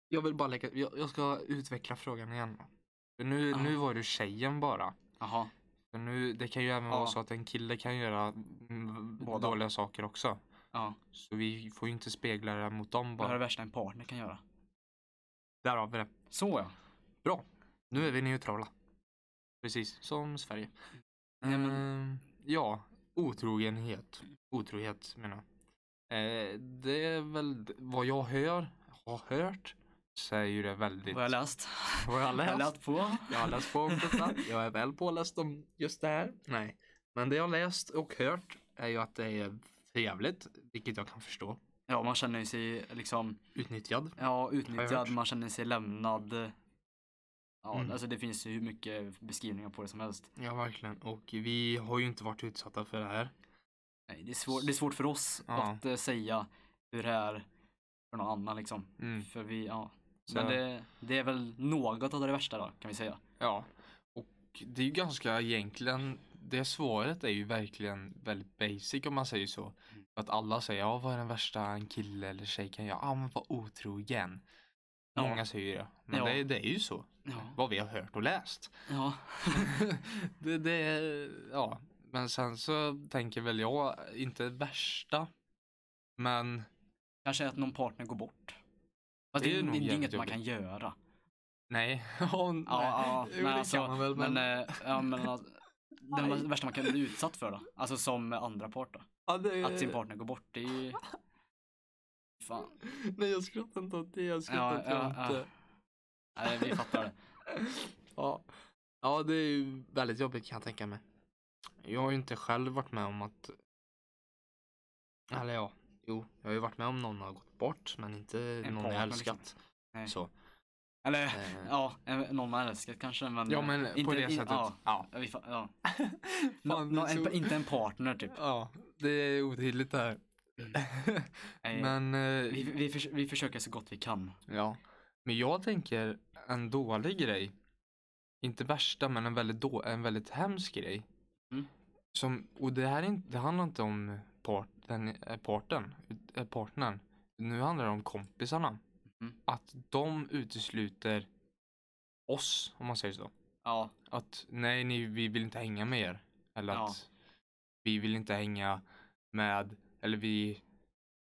Speaker 1: Jag vill bara lägga, jag, jag ska utveckla frågan igen. För nu,
Speaker 2: Ja.
Speaker 1: nu var det tjejen bara.
Speaker 2: Jaha,
Speaker 1: För nu, det kan ju även
Speaker 2: Ja.
Speaker 1: vara så att en kille kan göra mm,
Speaker 2: Båda.
Speaker 1: dåliga saker också.
Speaker 2: ja.
Speaker 1: Så vi får ju inte spegla det mot dem
Speaker 2: Vad är
Speaker 1: bara.
Speaker 2: det värsta en partner kan göra?
Speaker 1: Där har vi det.
Speaker 2: Så ja.
Speaker 1: Nu är vi neutrala. Precis, som Sverige.
Speaker 2: Nej, men-
Speaker 1: Ehm, ja, otrogenhet. Otrohet menar jag. Eh, det är väl d- vad jag hör, har hört. Så är ju det väldigt...
Speaker 2: Vad jag läst.
Speaker 1: vad jag har
Speaker 2: Jag
Speaker 1: läst.
Speaker 2: har läst på.
Speaker 1: Jag har läst på om detta. Jag är väl påläst om just det här. Nej. Men det jag har läst och hört är ju att det är för jävligt, vilket jag kan förstå.
Speaker 2: Ja, man känner ju sig liksom,
Speaker 1: Utnyttjad.
Speaker 2: ja,
Speaker 1: Har jag hört.
Speaker 2: utnyttjad, man känner sig lämnad. Ja,
Speaker 1: Mm.
Speaker 2: alltså det finns ju hur mycket beskrivningar på det som helst.
Speaker 1: Ja, verkligen. Och vi har ju inte varit utsatta för det här.
Speaker 2: Nej, det, är svår, det är svårt för oss
Speaker 1: Ja.
Speaker 2: att eh, säga hur det är för någon annan liksom.
Speaker 1: Mm.
Speaker 2: För vi, ja.
Speaker 1: Så-
Speaker 2: Men det, det är väl något av det värsta då, kan vi säga.
Speaker 1: Ja, och det är ju ganska egentligen, det svaret är ju verkligen väldigt basic om man säger så. Att alla säger, ja vad är den värsta en kille eller tjej kan göra? Ja men var otrogen.
Speaker 2: Ja.
Speaker 1: Många säger ju det, men
Speaker 2: Ja.
Speaker 1: det, det är ju så.
Speaker 2: Ja.
Speaker 1: Vad vi har hört och läst.
Speaker 2: ja.
Speaker 1: det, det är, ja. Men sen så tänker väl jag, inte värsta, men
Speaker 2: Kanske att någon partner går bort. Fast
Speaker 1: Det
Speaker 2: det,
Speaker 1: är
Speaker 2: är, det,
Speaker 1: nog
Speaker 2: det är inget
Speaker 1: jävligt
Speaker 2: man kan göra.
Speaker 1: nej. Åh, nej.
Speaker 2: Ja, ja,
Speaker 1: Jo, det
Speaker 2: men
Speaker 1: kan
Speaker 2: alltså,
Speaker 1: man väl, men-
Speaker 2: men, eh, ja, men alltså, det
Speaker 1: Aj.
Speaker 2: värsta man kan bli utsatt för då, alltså som andra part då,
Speaker 1: Ja, det,
Speaker 2: att sin partner går bort, det är ju... Fan.
Speaker 1: Nej jag skrattar inte åt det, jag skrattar
Speaker 2: Ja,
Speaker 1: inte
Speaker 2: ja,
Speaker 1: åt det.
Speaker 2: ja. Nej, vi fattar det.
Speaker 1: Ja. ja, det är ju väldigt jobbigt kan jag tänka mig. Jag har ju inte själv varit med om att... Eller ja, jo, jag har ju varit med om någon har gått bort men inte någon jag
Speaker 2: partner,
Speaker 1: älskat.
Speaker 2: liksom- Nej.
Speaker 1: Så.
Speaker 2: Eller,
Speaker 1: Eh,
Speaker 2: ja, en- någon man älskat kanske, men...
Speaker 1: ja, men på det
Speaker 2: i-
Speaker 1: sättet.
Speaker 2: Ja,
Speaker 1: Ja.
Speaker 2: vi fa- ja. Nå,
Speaker 1: Fan, det
Speaker 2: nå,
Speaker 1: är så-
Speaker 2: en, inte en partner typ.
Speaker 1: ja, det är otydligt det här.
Speaker 2: Mm. Nej,
Speaker 1: men, eh,
Speaker 2: vi, vi, förs- vi försöker så gott vi kan.
Speaker 1: ja. men jag tänker en dålig grej. Inte värsta men en väldigt, då, en väldigt hemsk grej.
Speaker 2: Mm.
Speaker 1: Som, och det här är inte, det handlar inte om part, den, eh, parten, ut- eh, partnern. Nu handlar det om kompisarna.
Speaker 2: Mhm.
Speaker 1: Att de utesluter oss, om man säger så.
Speaker 2: Ja,
Speaker 1: Att nej, ni, vi vill inte hänga med er. Eller
Speaker 2: Ja.
Speaker 1: att vi vill inte hänga med, eller vi,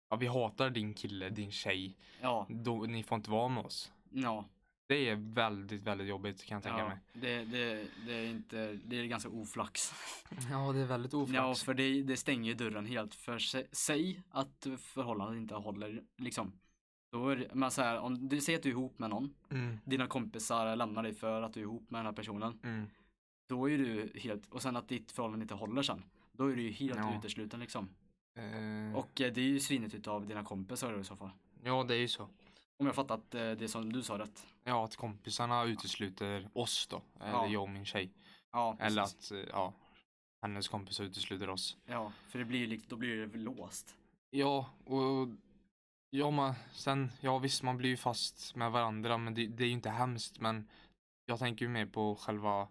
Speaker 1: ja, vi hatar din kille, din tjej.
Speaker 2: ja,
Speaker 1: Då, ni får inte vara med oss.
Speaker 2: ja.
Speaker 1: Det Det är väldigt, väldigt jobbigt kan jag tänka mig.
Speaker 2: det, det, det är inte, det är ganska oflax.
Speaker 1: Ja, det är väldigt
Speaker 2: Ja,
Speaker 1: oflax.
Speaker 2: för det, det stänger ju dörren helt för se- sig att förhållandet inte håller liksom. Då är det, men så här, om du säger att du är ihop med någon,
Speaker 1: Mm,
Speaker 2: dina kompisar lämnar dig för att du är ihop med den här personen.
Speaker 1: mm.
Speaker 2: Då är du helt, och sen att ditt förhållande inte håller sen. Då är du ju helt
Speaker 1: Ja.
Speaker 2: utesluten liksom.
Speaker 1: Eh,
Speaker 2: Och eh, det är ju svinigt utav dina kompisar i så fall.
Speaker 1: ja, det är ju så.
Speaker 2: Om jag fattat eh, det som du sa rätt.
Speaker 1: Ja, att kompisarna utesluter oss då. Eller
Speaker 2: Ja.
Speaker 1: jag och min tjej.
Speaker 2: Ja,
Speaker 1: Eller
Speaker 2: precis.
Speaker 1: att, eh, ja, hennes kompisar utesluter oss.
Speaker 2: Ja, för det blir ju likt, då blir det låst.
Speaker 1: Ja, och ja, man, sen, ja visst man blir ju fast med varandra men det, det är ju inte hemskt men jag tänker ju mer på själva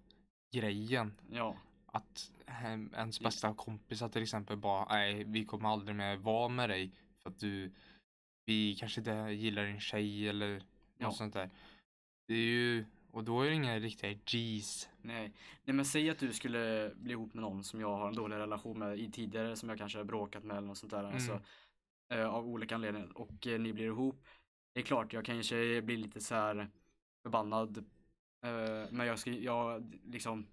Speaker 1: grejen.
Speaker 2: Ja,
Speaker 1: Att hem- ens bästa kompisar till exempel bara, nej vi kommer aldrig mer vara med dig för att du, vi kanske inte gillar din tjej eller något
Speaker 2: Ja.
Speaker 1: sånt där. Det är ju, och då är det inga riktiga G's.
Speaker 2: nej. Nej men säg att du skulle bli ihop med någon som jag har en dålig relation med i tidigare som jag kanske har bråkat med eller något sånt där. Alltså, eh, av olika anledningar och eh, ni blir ihop. Det är klart jag kanske blir lite så här förbannad. Eh, men jag ska, jag liksom,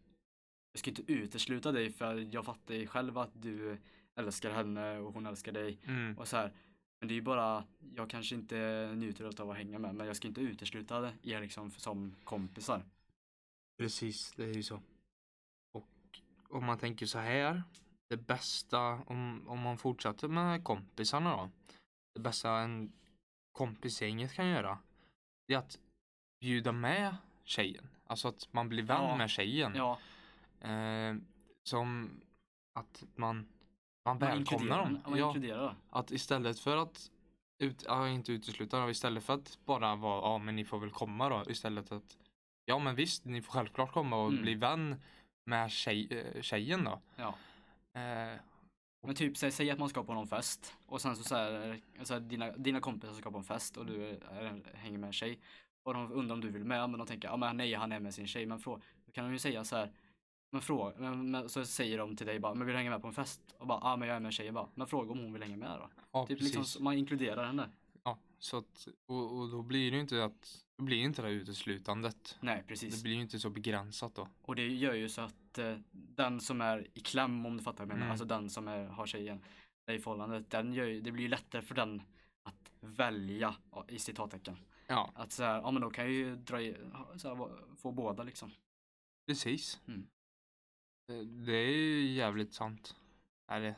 Speaker 2: jag ska inte utesluta dig för jag fattar ju själv att du älskar henne och hon älskar dig.
Speaker 1: Mm.
Speaker 2: Och så här, men det är ju bara, jag kanske inte njuter av att hänga med, men jag ska inte utesluta er liksom som kompisar.
Speaker 1: Precis, det är ju så. Och om man tänker så här. Det bästa, om, om man fortsätter med kompisarna då. Det bästa en kompisgänget kan göra. Det är att bjuda med tjejen. Alltså att man blir vän
Speaker 2: Ja.
Speaker 1: med tjejen.
Speaker 2: Ja,
Speaker 1: Eh, som att man, man
Speaker 2: man
Speaker 1: välkomnar
Speaker 2: inkluderar,
Speaker 1: dem.
Speaker 2: man
Speaker 1: Ja,
Speaker 2: inkluderar.
Speaker 1: att istället för att ut, ja, inte utesluta dem, istället för att bara vara ja men ni får väl komma då istället att ja men visst ni får självklart komma och
Speaker 2: Mm.
Speaker 1: bli vän med tjej, eh, tjejen då.
Speaker 2: Ja.
Speaker 1: Eh,
Speaker 2: Men typ säg, säg att man ska på någon fest och sen så, så här, alltså dina, dina kompisar ska på en fest och du är, hänger med en tjej och de undrar om du vill med men de tänker ah, men nej han är med sin tjej men frå, då kan de ju säga så här men fråga, men, men, så säger de till dig bara men vill du hänga med på en fest? Och bara ah men jag är med tjejen bara men fråga om hon vill hänga med då.
Speaker 1: ja
Speaker 2: typ
Speaker 1: precis.
Speaker 2: liksom så- man inkluderar henne.
Speaker 1: Ja, så att, och, och då blir det ju inte att, då blir det inte det här uteslutandet.
Speaker 2: Nej precis.
Speaker 1: Det blir ju inte så begränsat då.
Speaker 2: Och det gör ju så att eh, den som är i kläm om du fattar vad jag menar,
Speaker 1: Mm.
Speaker 2: alltså den som är, har tjejen i förhållandet, den gör ju, det blir ju lättare för den att välja ja, i citattecken.
Speaker 1: Ja,
Speaker 2: Att så här, ja men då kan jag ju dra i, ha- så här, va- få båda liksom.
Speaker 1: precis.
Speaker 2: Mm.
Speaker 1: Det, det är ju jävligt sant. Är det?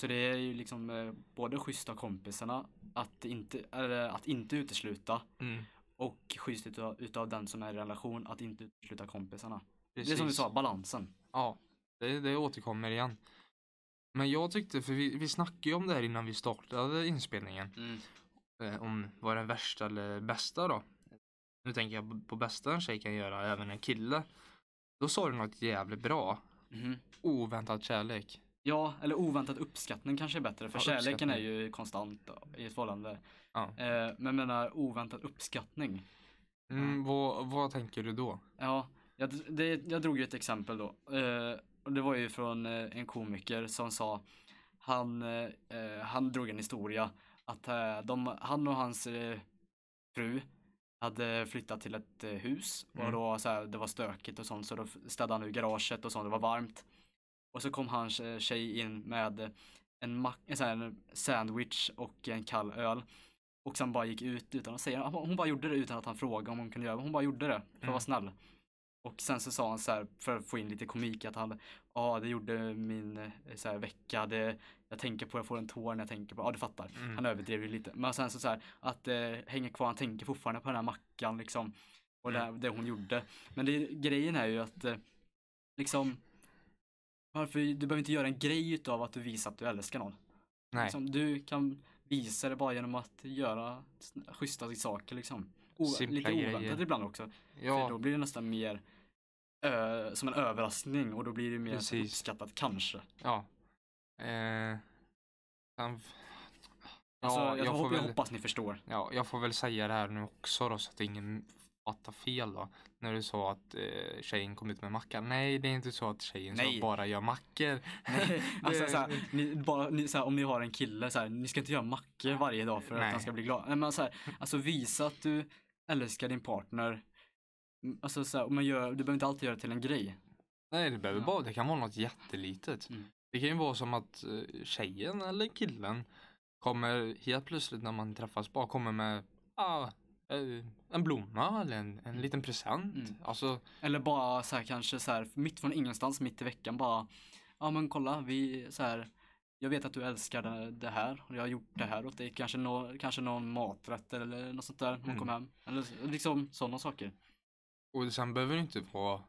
Speaker 2: Så det är ju liksom eh, både schysst av kompisarna att inte, eller, att inte utesluta
Speaker 1: Mm,
Speaker 2: och schysst utav, utav den som är i relation att inte utesluta kompisarna.
Speaker 1: precis.
Speaker 2: Det är som du sa, balansen.
Speaker 1: Ja, det, det återkommer igen. Men jag tyckte, för vi, vi snackade ju om det här innan vi startade inspelningen, eh, om vad den värsta eller bästa då. Nu tänker jag på- på bästa en tjej kan göra, även en kille. Då sa du något jävligt bra.
Speaker 2: Mhm.
Speaker 1: Oväntad kärlek.
Speaker 2: Ja, eller oväntad uppskattning kanske är bättre för
Speaker 1: Ja,
Speaker 2: kärleken
Speaker 1: uppskattning.
Speaker 2: är ju konstant i ett förhållande.
Speaker 1: Ja.
Speaker 2: Eh, men jag menar oväntad uppskattning.
Speaker 1: Mm, vad, vad tänker du då?
Speaker 2: Ja, jag, dr- det, jag drog ju ett exempel då. Eh, och det var ju från eh, en komiker som sa, han, eh, eh, han drog en historia att eh, de, han och hans eh, fru hade flyttat till ett eh, hus och
Speaker 1: Mm.
Speaker 2: då så här, det var stökigt och sånt så då f- städade han ur garaget och sånt, det var varmt. Och så kom hans eh, tjej in med eh, en, mack- en sån här sandwich och en kall öl. Och sen bara gick ut utan att säga, hon bara gjorde det utan att han frågade om hon kunde göra det. Hon bara gjorde det för att vara
Speaker 1: Mm.
Speaker 2: snäll. Och sen så sa han så här för att få in lite komik att han, ja ah, det gjorde min eh, så här, vecka, det, jag tänker på, jag får en tår när jag tänker på, ja du fattar.
Speaker 1: Mm.
Speaker 2: Han överdrev ju lite. Men sen så, så här att eh, hänga kvar, han tänker fortfarande på den här mackan liksom. Och det,
Speaker 1: Mm.
Speaker 2: det hon gjorde. Men det, grejen är ju att eh, liksom varför, du behöver inte göra en grej utav att du visar att du älskar någon.
Speaker 1: Nej,
Speaker 2: Liksom, du kan visa det bara genom att göra sn- schyssta saker liksom. O-
Speaker 1: Simpla
Speaker 2: lite
Speaker 1: grejer.
Speaker 2: oväntat ibland också. För då
Speaker 1: ja,
Speaker 2: blir det nästan mer eh, som en överraskning och då blir det mer
Speaker 1: Precis.
Speaker 2: uppskattat kanske.
Speaker 1: ja. Eh, sen f-
Speaker 2: Alltså,
Speaker 1: ja,
Speaker 2: jag,
Speaker 1: jag får
Speaker 2: hoppas, jag
Speaker 1: väl
Speaker 2: hoppas ni förstår.
Speaker 1: Ja, jag får väl säga det här nu också då så att ingen fattar fel då. När du sa att eh, tjejen kom ut med macka. Nej, det är inte så att tjejen
Speaker 2: Nej.
Speaker 1: så bara gör mackor.
Speaker 2: alltså,
Speaker 1: Det-
Speaker 2: så här, ni, bara, ni, så här, om ni har en kille, så här, ni ska inte göra mackor varje dag för att
Speaker 1: Nej.
Speaker 2: han ska bli glad. Nej, men, så här, alltså visa att du älskar din partner Mm, Alltså så här, om man gör, du behöver inte alltid göra det till en grej.
Speaker 1: Nej, det behöver
Speaker 2: Ja.
Speaker 1: bara, det kan vara något jättelitet.
Speaker 2: Mm.
Speaker 1: Det kan ju vara som att eh, tjejen eller killen kommer helt plötsligt när man träffas bara kommer med ah, eh, en blomma eller en, en liten present.
Speaker 2: Mm.
Speaker 1: Alltså,
Speaker 2: Eller bara så här kanske så här mitt från ingenstans, mitt i veckan bara. Ja men kolla, vi så här. Jag vet att du älskar det- det här och jag har gjort det här
Speaker 1: Mm.
Speaker 2: åt dig. Kanske, nå kanske någon maträtt eller något sånt där när man
Speaker 1: Mm.
Speaker 2: kommer hem. Eller så- liksom sådana saker.
Speaker 1: och sen behöver det inte vara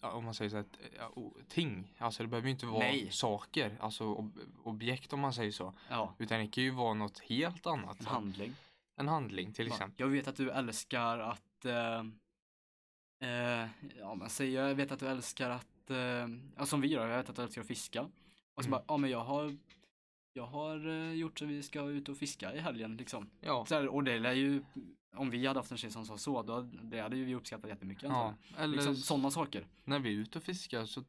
Speaker 1: ja, om man säger så här, t- ja, o- ting. Alltså det behöver ju inte vara
Speaker 2: Nej.
Speaker 1: saker, alltså ob- objekt om man säger så.
Speaker 2: Ja,
Speaker 1: Utan det kan ju vara något helt annat.
Speaker 2: en handling.
Speaker 1: En handling till
Speaker 2: Bara,
Speaker 1: exempel.
Speaker 2: Jag vet att du älskar att eh, eh, Ja men säg jag vet att du älskar att eh, ja, Som vi gör, jag vet att du älskar att fiska Och så
Speaker 1: Mm.
Speaker 2: bara, ja men jag har Jag har eh, gjort så vi ska ut och fiska i helgen liksom
Speaker 1: Ja.
Speaker 2: så här, Och det är ju Om vi hade haft en tjej som sa så, då hade- det hade ju vi uppskattat jättemycket
Speaker 1: ja.
Speaker 2: ja.
Speaker 1: Eller
Speaker 2: Liksom sådana saker
Speaker 1: när vi är ute och fiskar så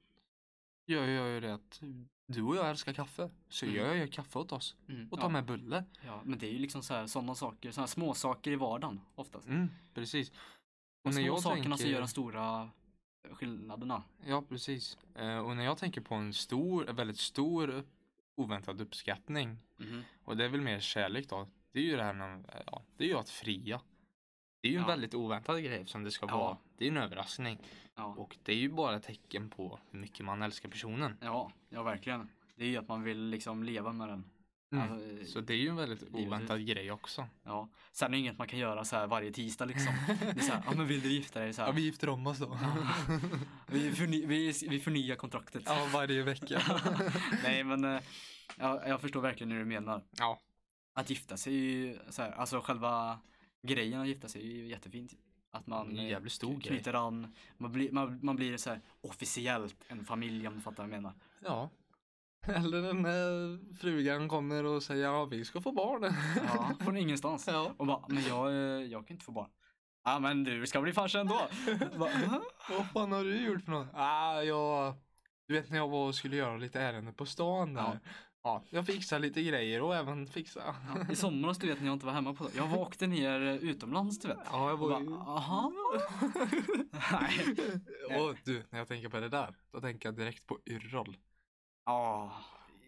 Speaker 1: gör jag ju det att du och jag älskar kaffe. Så
Speaker 2: Mm.
Speaker 1: jag gör kaffe åt oss
Speaker 2: mm,
Speaker 1: och tar
Speaker 2: ja,
Speaker 1: med bulle.
Speaker 2: ja, men det är ju liksom så här, sådana saker, sådana små saker i vardagen oftast
Speaker 1: Mm, precis.
Speaker 2: De
Speaker 1: Och
Speaker 2: små
Speaker 1: när jag
Speaker 2: sakerna som gör
Speaker 1: tänker,
Speaker 2: de stora skillnaderna
Speaker 1: ja, precis. Eh, och när jag tänker på en stor, en väldigt stor upp- oväntad uppskattning
Speaker 2: Mhm.
Speaker 1: och det är väl mer kärlek då. Det är ju det här när, ja, det är ju att fria. Det är ju en
Speaker 2: Ja.
Speaker 1: väldigt oväntad grej som det ska
Speaker 2: Ja.
Speaker 1: vara. Det är en överraskning
Speaker 2: ja.
Speaker 1: och det är ju bara ett tecken på hur mycket man älskar personen.
Speaker 2: Ja, ja verkligen. Det är ju att man vill liksom leva med den.
Speaker 1: Mm.
Speaker 2: Alltså, eh,
Speaker 1: Så det är ju en väldigt
Speaker 2: Livet ut.
Speaker 1: oväntad grej också.
Speaker 2: ja. Sen är det inget man kan göra så här varje tisdag liksom. Det är så här, ja men vill du gifta dig? Så här,
Speaker 1: Ja, vi gifter om oss då.
Speaker 2: vi, förny- vi, vi förnyar kontraktet.
Speaker 1: Ja, varje vecka.
Speaker 2: Nej men eh, ja, jag förstår verkligen hur du menar.
Speaker 1: Ja.
Speaker 2: Att gifta sig är ju så här, alltså själva grejen att gifta sig är ju jättefint. Att man
Speaker 1: Det är en
Speaker 2: eh,
Speaker 1: jävligt stor
Speaker 2: kn- knyter an, man blir, man, man blir så här officiellt en familj om du fattar vad jag menar.
Speaker 1: ja. Eller den här frugan kommer och säger ja, vi ska få barn.
Speaker 2: Ja, från ingenstans.
Speaker 1: Ja.
Speaker 2: Och bara, men jag, eh, jag kan inte få barn. Ja ah, men du ska bli farsa ändå. Bara, "Hä?"
Speaker 1: Vad fan har du gjort för något? Ah, jag... Du vet när jag var och skulle göra lite ärende på stan där. Ja. jag fixade lite grejer och även fixa.
Speaker 2: Ja, I somras du vet när jag inte var hemma på Jag var åkte ner eh, utomlands du vet.
Speaker 1: Ja, jag
Speaker 2: Och
Speaker 1: var
Speaker 2: bara,
Speaker 1: ju...
Speaker 2: aha. Nej.
Speaker 1: Ah, Och du, när jag tänker på det där, då tänker jag direkt på Yrrol.
Speaker 2: Ja.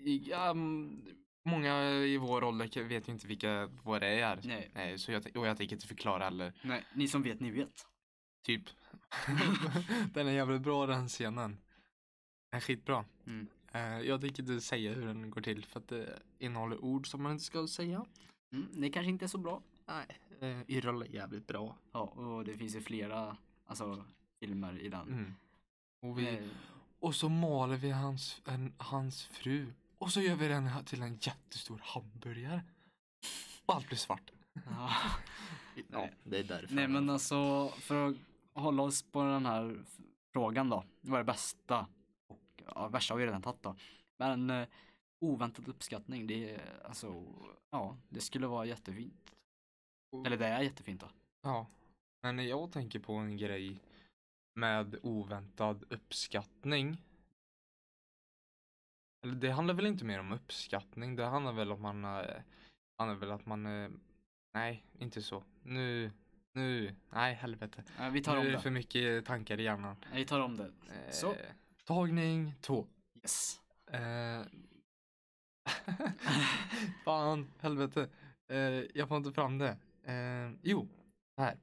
Speaker 1: Ja, mm, många i vår ålder vet ju inte vilka, vad det är.
Speaker 2: Nej.
Speaker 1: Nej, så jag, och jag tänker inte förklara heller.
Speaker 2: Nej, ni som vet, ni vet.
Speaker 1: Typ. den är jävligt bra den scenen. Den är skitbra.
Speaker 2: Mm.
Speaker 1: Eh, jag tänker inte säga hur den går till för att det innehåller ord som man inte ska säga.
Speaker 2: Mm, det kanske inte är så bra.
Speaker 1: Nej. Uh, Yrrol är jävligt bra.
Speaker 2: Ja, och det finns ju flera alltså, filmer i den.
Speaker 1: Mm. Och, vi,
Speaker 2: Eh,
Speaker 1: och så maler vi hans, en, hans fru. Och så gör vi den här till en jättestor hamburgare. Och allt blir svart.
Speaker 2: ja. Nej.
Speaker 1: det är därför.
Speaker 2: Nej men alltså, för att hålla oss på den här f- frågan då. Vad är det bästa? Och, ja, värsta har vi redan tagit då. Men eh, oväntad uppskattning, det är alltså, ja, det skulle vara jättefint. Eller det är jättefint då.
Speaker 1: Ja. Men när jag tänker på en grej med oväntad uppskattning. Eller det handlar väl inte mer om uppskattning. Det handlar väl om man eh, handlar väl att man eh, nej, inte så. Nu nu nej, helvete.
Speaker 2: Eh, vi tar
Speaker 1: Nu
Speaker 2: om
Speaker 1: är det
Speaker 2: det.
Speaker 1: för mycket tankar i hjärnan.
Speaker 2: Eh, Vi tar om det. Så.
Speaker 1: Eh, Tagning två.
Speaker 2: Yes.
Speaker 1: Eh, Fan, helvete. Eh, jag får inte fram det. Eh, jo, så här.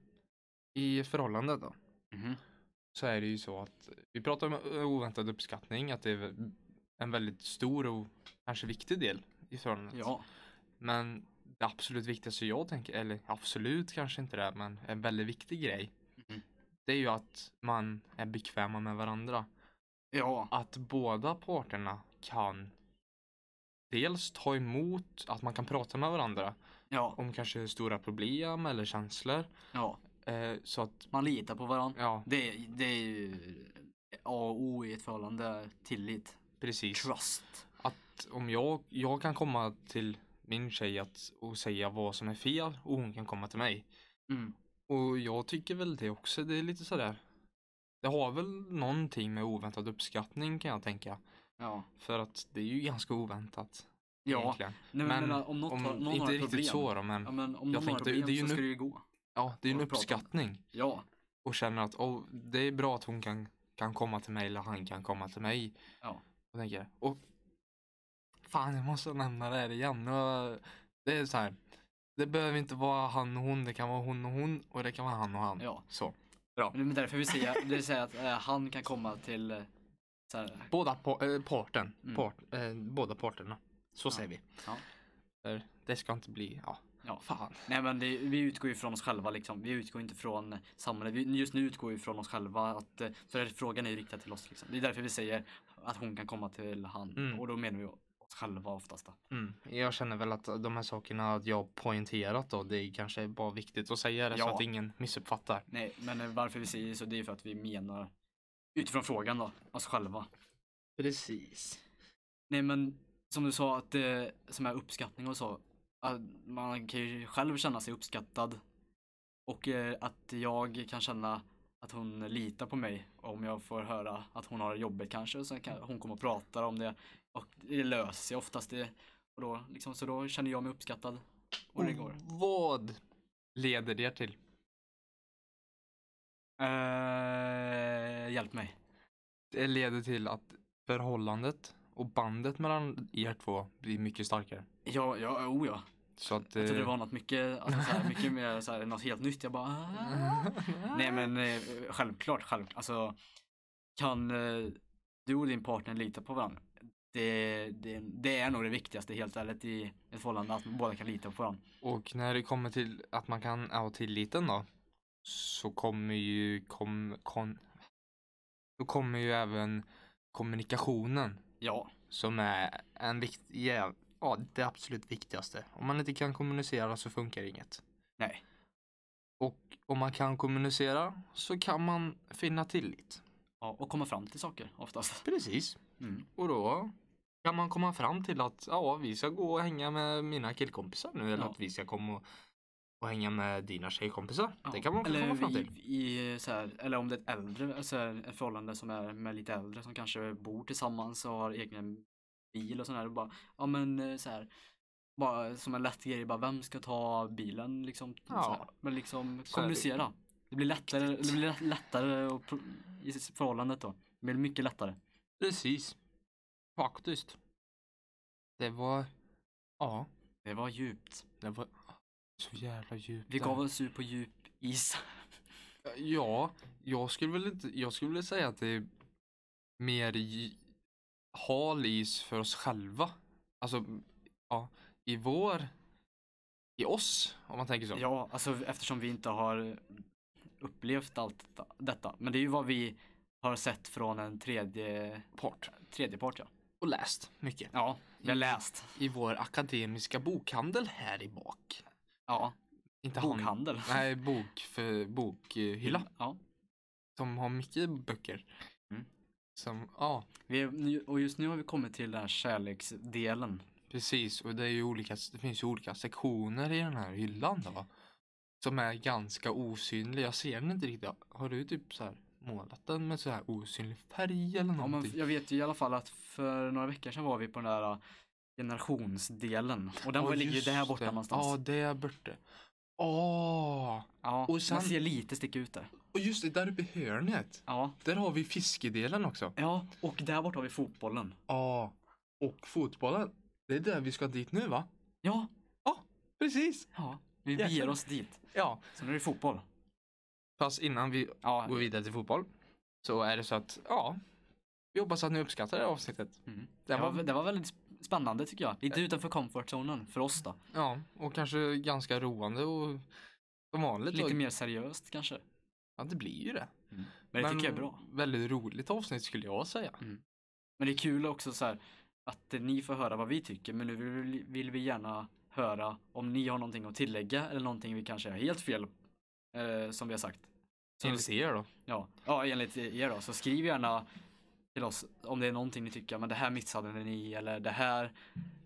Speaker 1: I förhållandet då,
Speaker 2: Mhm.
Speaker 1: så är det ju så att vi pratar om eh, oväntad uppskattning, att det är en väldigt stor och kanske viktig del i förhållandet.
Speaker 2: Ja.
Speaker 1: Men det absolut viktigaste jag tänker, eller absolut kanske inte det, men en väldigt viktig grej,
Speaker 2: Mhm.
Speaker 1: det är ju att man är bekväma med varandra
Speaker 2: Ja.
Speaker 1: att båda parterna kan dels ta emot att man kan prata med varandra
Speaker 2: Ja.
Speaker 1: om kanske stora problem eller känslor.
Speaker 2: Ja.
Speaker 1: Eh, så att,
Speaker 2: Man litar på varandra.
Speaker 1: ja,
Speaker 2: Det, är- det är ju A och O i ett förhållande. Tillit.
Speaker 1: precis.
Speaker 2: Trust.
Speaker 1: Att om jag, jag kan komma till min tjej att, och säga vad som är fel och hon kan komma till mig.
Speaker 2: Mm.
Speaker 1: Och jag tycker väl det också, det är lite sådär. Det har väl någonting med oväntad uppskattning kan jag tänka.
Speaker 2: Ja.
Speaker 1: För att det är ju ganska oväntat
Speaker 2: Ja.
Speaker 1: egentligen.
Speaker 2: Nej, men, jag
Speaker 1: Men
Speaker 2: menar, om något,
Speaker 1: Om,
Speaker 2: har- någon har
Speaker 1: inte
Speaker 2: ett
Speaker 1: riktigt
Speaker 2: problem.
Speaker 1: så då men.
Speaker 2: Ja men om
Speaker 1: Jag
Speaker 2: någon har
Speaker 1: tänker
Speaker 2: ett
Speaker 1: att det-
Speaker 2: problem
Speaker 1: det är ju
Speaker 2: så
Speaker 1: nu-
Speaker 2: ska det ju gå.
Speaker 1: Ja, det är ju en
Speaker 2: Och prata om det.
Speaker 1: uppskattning.
Speaker 2: Ja.
Speaker 1: och känner att oh, det är bra att hon kan, kan komma till mig eller han kan komma till mig.
Speaker 2: Ja.
Speaker 1: Och, tänker, jag, och fan jag måste nämna det här igen. Nu har- Det är så här. Det behöver inte vara han och hon, det kan vara hon och hon och det kan vara han och han.
Speaker 2: Ja.
Speaker 1: Så.
Speaker 2: Men det är därför vi säger, det vill säga att eh, han kan komma till eh, så här,
Speaker 1: Båda po- eh, parten.
Speaker 2: Mm.
Speaker 1: Part, eh, båda parterna. Så
Speaker 2: Ja.
Speaker 1: säger vi.
Speaker 2: Ja.
Speaker 1: För Det ska inte bli, ja,
Speaker 2: ja.
Speaker 1: fan.
Speaker 2: Nej men det, vi utgår ju från oss själva liksom. Vi utgår inte från samhället. Vi, just nu utgår vi från oss själva. Att, eh, för frågan är ju riktad till oss liksom. Det är därför vi säger att hon kan komma till han.
Speaker 1: Mm.
Speaker 2: Och då menar vi oss själva oftast. Då.
Speaker 1: Mm. Jag känner väl att de här sakerna att jag har poängterat då, det är kanske bara viktigt att säga det så
Speaker 2: Ja.
Speaker 1: att ingen missuppfattar.
Speaker 2: Nej men eh, varför vi säger så det är ju för att vi menar utifrån frågan då. Oss själva.
Speaker 1: Precis.
Speaker 2: Nej men som du sa att det som är uppskattning och så. Att man kan ju själv känna sig uppskattad. Och eh, att jag kan känna att hon litar på mig om jag får höra att hon har jobbet kanske. Sen kan hon kommer och pratar om det. Och det löser sig oftast. Det, och då, liksom, så då känner jag mig uppskattad. Och det går.
Speaker 1: Vad leder det till?
Speaker 2: Eh, hjälp mig.
Speaker 1: Det leder till att förhållandet och bandet mellan er två blir mycket starkare.
Speaker 2: Ja, ja, oh ja.
Speaker 1: Så att...
Speaker 2: Jag trodde det
Speaker 1: eh,
Speaker 2: var något mycket, alltså, så här, mycket mer, så här, något helt nytt. Jag bara "Ah." Nej men eh, självklart, självklart. Alltså, kan eh, du och din partner lita på varandra? Det, det, det är nog det viktigaste helt ärligt i ett förhållande, att båda kan lita på varandra.
Speaker 1: Och när det kommer till att man kan ha tilliten då. Så kommer ju kom, kon, då kommer ju även kommunikationen
Speaker 2: Ja,
Speaker 1: som är en vikt, ja, ja, det absolut viktigaste. Om man inte kan kommunicera så funkar inget.
Speaker 2: nej,
Speaker 1: Och om man kan kommunicera så kan man finna tillit.
Speaker 2: ja, och komma fram till saker oftast.
Speaker 1: Precis.
Speaker 2: Mm.
Speaker 1: Och då kan man komma fram till att ja, vi ska gå och hänga med mina killkompisar nu eller
Speaker 2: Ja.
Speaker 1: att vi ska komma och, och hänga med dina tjejkompisar. Det kan man
Speaker 2: eller
Speaker 1: komma fram till.
Speaker 2: I, i, så här, eller om det är ett äldre, så här, ett förhållande som är med lite äldre som kanske bor tillsammans och har egen bil och sådär. och Bara, ja men eh, så här, bara som en lätt grej, bara vem ska ta bilen liksom?
Speaker 1: Ja.
Speaker 2: Så här, men liksom
Speaker 1: Så är det.
Speaker 2: kommunicera. Det blir lättare, det blir lätt- lättare och pro- i förhållandet då. Det blir mycket lättare.
Speaker 1: Precis. Faktiskt. Det var, ja,
Speaker 2: Det var djupt.
Speaker 1: det var så jävla djupt.
Speaker 2: Vi
Speaker 1: där.
Speaker 2: gav oss ut på djup is.
Speaker 1: Ja, jag skulle väl inte, jag skulle vilja säga att det är mer i- hal is för oss själva. Alltså, ja, i vår, i oss, om man tänker så.
Speaker 2: Ja, alltså eftersom vi inte har upplevt allt detta- detta. Men det är ju vad vi har sett från en tredje,
Speaker 1: Part.
Speaker 2: tredje part ja.
Speaker 1: Och läst mycket.
Speaker 2: Ja, vi har läst.
Speaker 1: I vår akademiska bokhandel här i bak.
Speaker 2: Ja,
Speaker 1: Inte han-
Speaker 2: bokhandel.
Speaker 1: Nej, bok för bokhylla.
Speaker 2: Ja.
Speaker 1: De har mycket böcker.
Speaker 2: Mm.
Speaker 1: Som, ja,
Speaker 2: Vi är, nu- och just nu har vi kommit till den här kärleksdelen.
Speaker 1: precis. Och det, är ju olika, det finns ju olika sektioner i den här hyllan då. Som är ganska osynlig. Jag ser den inte riktigt. Har du typ så här målat den med så här osynlig färg eller
Speaker 2: Ja, men
Speaker 1: någonting?
Speaker 2: jag vet ju i alla fall att för några veckor sedan var vi på den där äh, generationsdelen. Och den
Speaker 1: Ja,
Speaker 2: var ligger ju
Speaker 1: just
Speaker 2: där borta
Speaker 1: det.
Speaker 2: någonstans.
Speaker 1: Ja, där borta. Ah! Åh!
Speaker 2: ja,
Speaker 1: och sen-
Speaker 2: man ser lite sticka ut där.
Speaker 1: Och just det, där uppe i hörnet.
Speaker 2: Ja.
Speaker 1: Där har vi fiskedelen också.
Speaker 2: ja, och där borta har vi fotbollen.
Speaker 1: Ja. Och fotbollen. Det är där vi ska dit nu va?
Speaker 2: Ja,
Speaker 1: Precis.
Speaker 2: ja. vi
Speaker 1: Jäklar.
Speaker 2: beger oss dit.
Speaker 1: Ja.
Speaker 2: Så nu är det fotboll.
Speaker 1: Fast innan vi
Speaker 2: Ja,
Speaker 1: går vidare till fotboll så är det så att, ja, vi hoppas att ni uppskattar det här avsnittet.
Speaker 2: Mm.
Speaker 1: Det
Speaker 2: Det,
Speaker 1: var-
Speaker 2: var, det var väldigt sp- spännande tycker jag. Lite utanför comfortzonen för oss då.
Speaker 1: Ja, och kanske ganska roande och som vanligt.
Speaker 2: Lite
Speaker 1: då,
Speaker 2: mer seriöst kanske.
Speaker 1: Ja, det blir ju det.
Speaker 2: Men det tycker jag är bra.
Speaker 1: Väldigt roligt avsnitt skulle jag säga.
Speaker 2: Men det är kul också så här att eh, ni får höra vad vi tycker men nu vill, vi- vill vi gärna höra om ni har någonting att tillägga eller någonting vi kanske har helt fel eh, som vi har sagt. Så,
Speaker 1: Enligt er då.
Speaker 2: ja, ja, enligt er då. Så skriv gärna till oss om det är någonting ni tycker, men det här missade ni eller det här,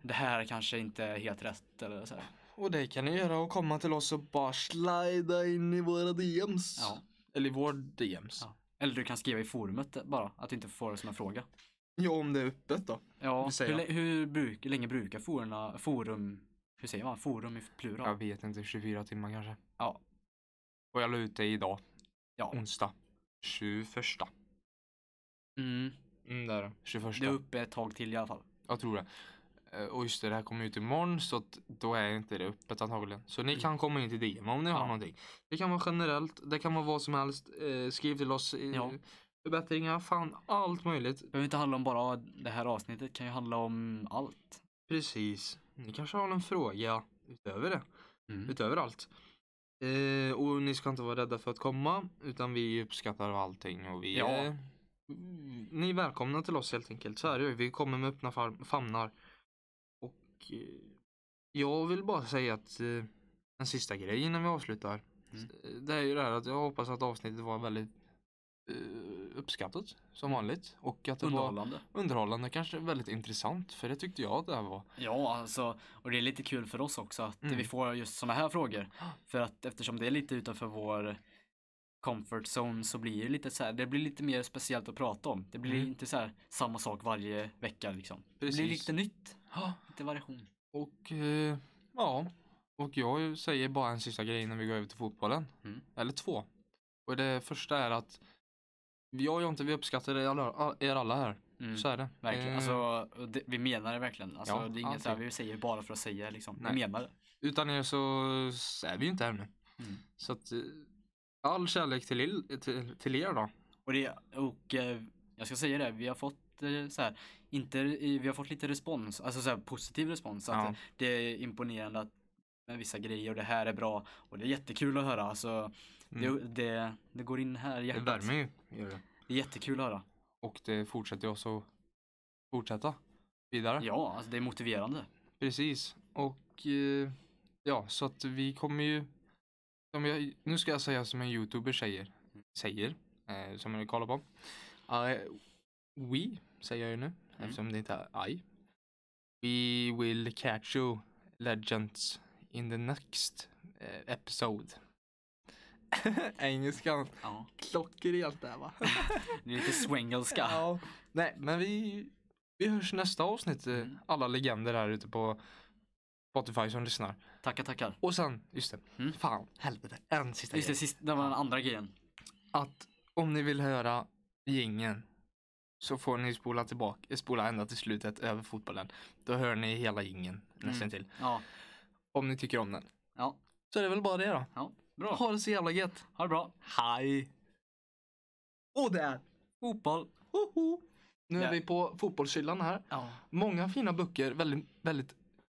Speaker 2: det här kanske inte är helt rätt eller så här.
Speaker 1: Och det kan ni göra och komma till oss och bara slida in i våra DMs.
Speaker 2: Ja.
Speaker 1: Eller i vår DMs. Ja,
Speaker 2: Ja. Eller du kan skriva i forumet eh, bara, att du inte får det som en fråga.
Speaker 1: om det är öppet då.
Speaker 2: Ja,
Speaker 1: Det säger
Speaker 2: hur,
Speaker 1: jag.
Speaker 2: lä- hur bruk, länge brukar forna, forum, hur säger man, forum i plural?
Speaker 1: Jag vet inte, 24 timmar kanske.
Speaker 2: Ja.
Speaker 1: Och jag la ut det idag.
Speaker 2: Ja.
Speaker 1: Onsdag. 21.
Speaker 2: Mm.
Speaker 1: Mm, där. 21.
Speaker 2: Det är uppe ett tag till i alla fall.
Speaker 1: Jag tror det. Eh, Och just det, det här kommer ut imorgon så att då är inte det öppet antagligen. Så ni kan komma in till DM om ni har
Speaker 2: Mm. Ja.
Speaker 1: någonting. Det kan vara generellt, det kan vara vad som helst. Eh, skriv till oss. Eh,
Speaker 2: Ja.
Speaker 1: Förbättringar, fan allt möjligt.
Speaker 2: Det behöver inte handla om bara det här avsnittet, det kan ju handla om allt.
Speaker 1: Precis. Ni kanske har någon fråga utöver det.
Speaker 2: Mm.
Speaker 1: Utöver allt. Eh, och ni ska inte vara rädda för att komma. Utan vi uppskattar allting. Och vi,
Speaker 2: Ja.
Speaker 1: eh, ni är välkomna till oss helt enkelt. Så är det ju. Vi kommer med öppna fam- famnar. Och eh, jag vill bara säga att eh, en sista grej innan vi avslutar.
Speaker 2: Mm.
Speaker 1: Eh, Det är ju det här att jag hoppas att avsnittet var väldigt eh, uppskattat som vanligt. Och att det var
Speaker 2: Mm. Underhållande.
Speaker 1: underhållande. Kanske väldigt intressant. För det tyckte jag att det här var.
Speaker 2: Ja, alltså, och det är lite kul för oss också att
Speaker 1: Mm.
Speaker 2: vi får just sådana här frågor. För att eftersom det är lite utanför vår comfort zone så blir det lite så här, det blir lite mer speciellt att prata om. Det blir
Speaker 1: Mm.
Speaker 2: inte så här samma sak varje vecka liksom. Det blir
Speaker 1: Precis.
Speaker 2: lite nytt,
Speaker 1: Ah.
Speaker 2: lite variation.
Speaker 1: Och eh, ja, och jag säger bara en sista grej innan vi går över till fotbollen.
Speaker 2: Mm.
Speaker 1: Eller två. Och det första är att jag och Jonte vi uppskattar er alla, er alla här.
Speaker 2: Mm.
Speaker 1: Så är det.
Speaker 2: Verkligen,
Speaker 1: Eh,
Speaker 2: alltså det, vi menar det verkligen. Alltså,
Speaker 1: Ja,
Speaker 2: det är inget så här
Speaker 1: alltid.
Speaker 2: vi säger bara för att säga liksom.
Speaker 1: Nej.
Speaker 2: Vi menar det.
Speaker 1: Utan er så är vi ju inte här nu.
Speaker 2: Mm.
Speaker 1: Så att eh, all kärlek till, il- till, till er då.
Speaker 2: Och, det, och eh, jag ska säga det, vi har fått eh, så här, inte, i- vi har fått lite respons, alltså så här, positiv respons. så Att
Speaker 1: Ja.
Speaker 2: eh, Det är imponerande att med vissa grejer och det här är bra och det är jättekul att höra. Alltså, det, det, det går in här i
Speaker 1: Mm. Det
Speaker 2: hjärtat.
Speaker 1: värmer ju. Gör det.
Speaker 2: Det är jättekul att höra.
Speaker 1: Och det fortsätter ju också fortsätta vidare.
Speaker 2: Ja, alltså, det är motiverande.
Speaker 1: Precis. Och eh, ja, så att vi kommer ju... Som jag, nu ska jag säga som en youtuber säger. Säger. Eh, som jag kollar på. I, we, säger jag ju nu. Eftersom det inte är I. We will catch you legends in the next eh, episode. Engelskan.
Speaker 2: Ja.
Speaker 1: Klockrent där va?
Speaker 2: Det är lite swengelska.
Speaker 1: Ja. Nej, men vi, vi hörs nästa avsnitt. eh,
Speaker 2: Mm.
Speaker 1: Alla legender här ute på Spotify som lyssnar.
Speaker 2: Tackar, tackar.
Speaker 1: Och sen, just det.
Speaker 2: Mm.
Speaker 1: Fan, helvete. En sista
Speaker 2: Just det,
Speaker 1: grej.
Speaker 2: sist, det var den andra grejen.
Speaker 1: Att om ni vill höra gingen så får ni spola tillbaka, eh, spola ända till slutet över fotbollen. Då hör ni hela gingen
Speaker 2: Mm.
Speaker 1: nästan till.
Speaker 2: Ja,
Speaker 1: Om ni tycker om den.
Speaker 2: ja,
Speaker 1: Så är det väl bara det då.
Speaker 2: ja. Bra.
Speaker 1: Ha det så jävla gött.
Speaker 2: Ha det bra.
Speaker 1: Hej! Och där!
Speaker 2: Fotboll.
Speaker 1: Hoho! Nu är
Speaker 2: Ja.
Speaker 1: vi på fotbollshyllan här.
Speaker 2: Ja.
Speaker 1: Många fina böcker, väldigt, väldigt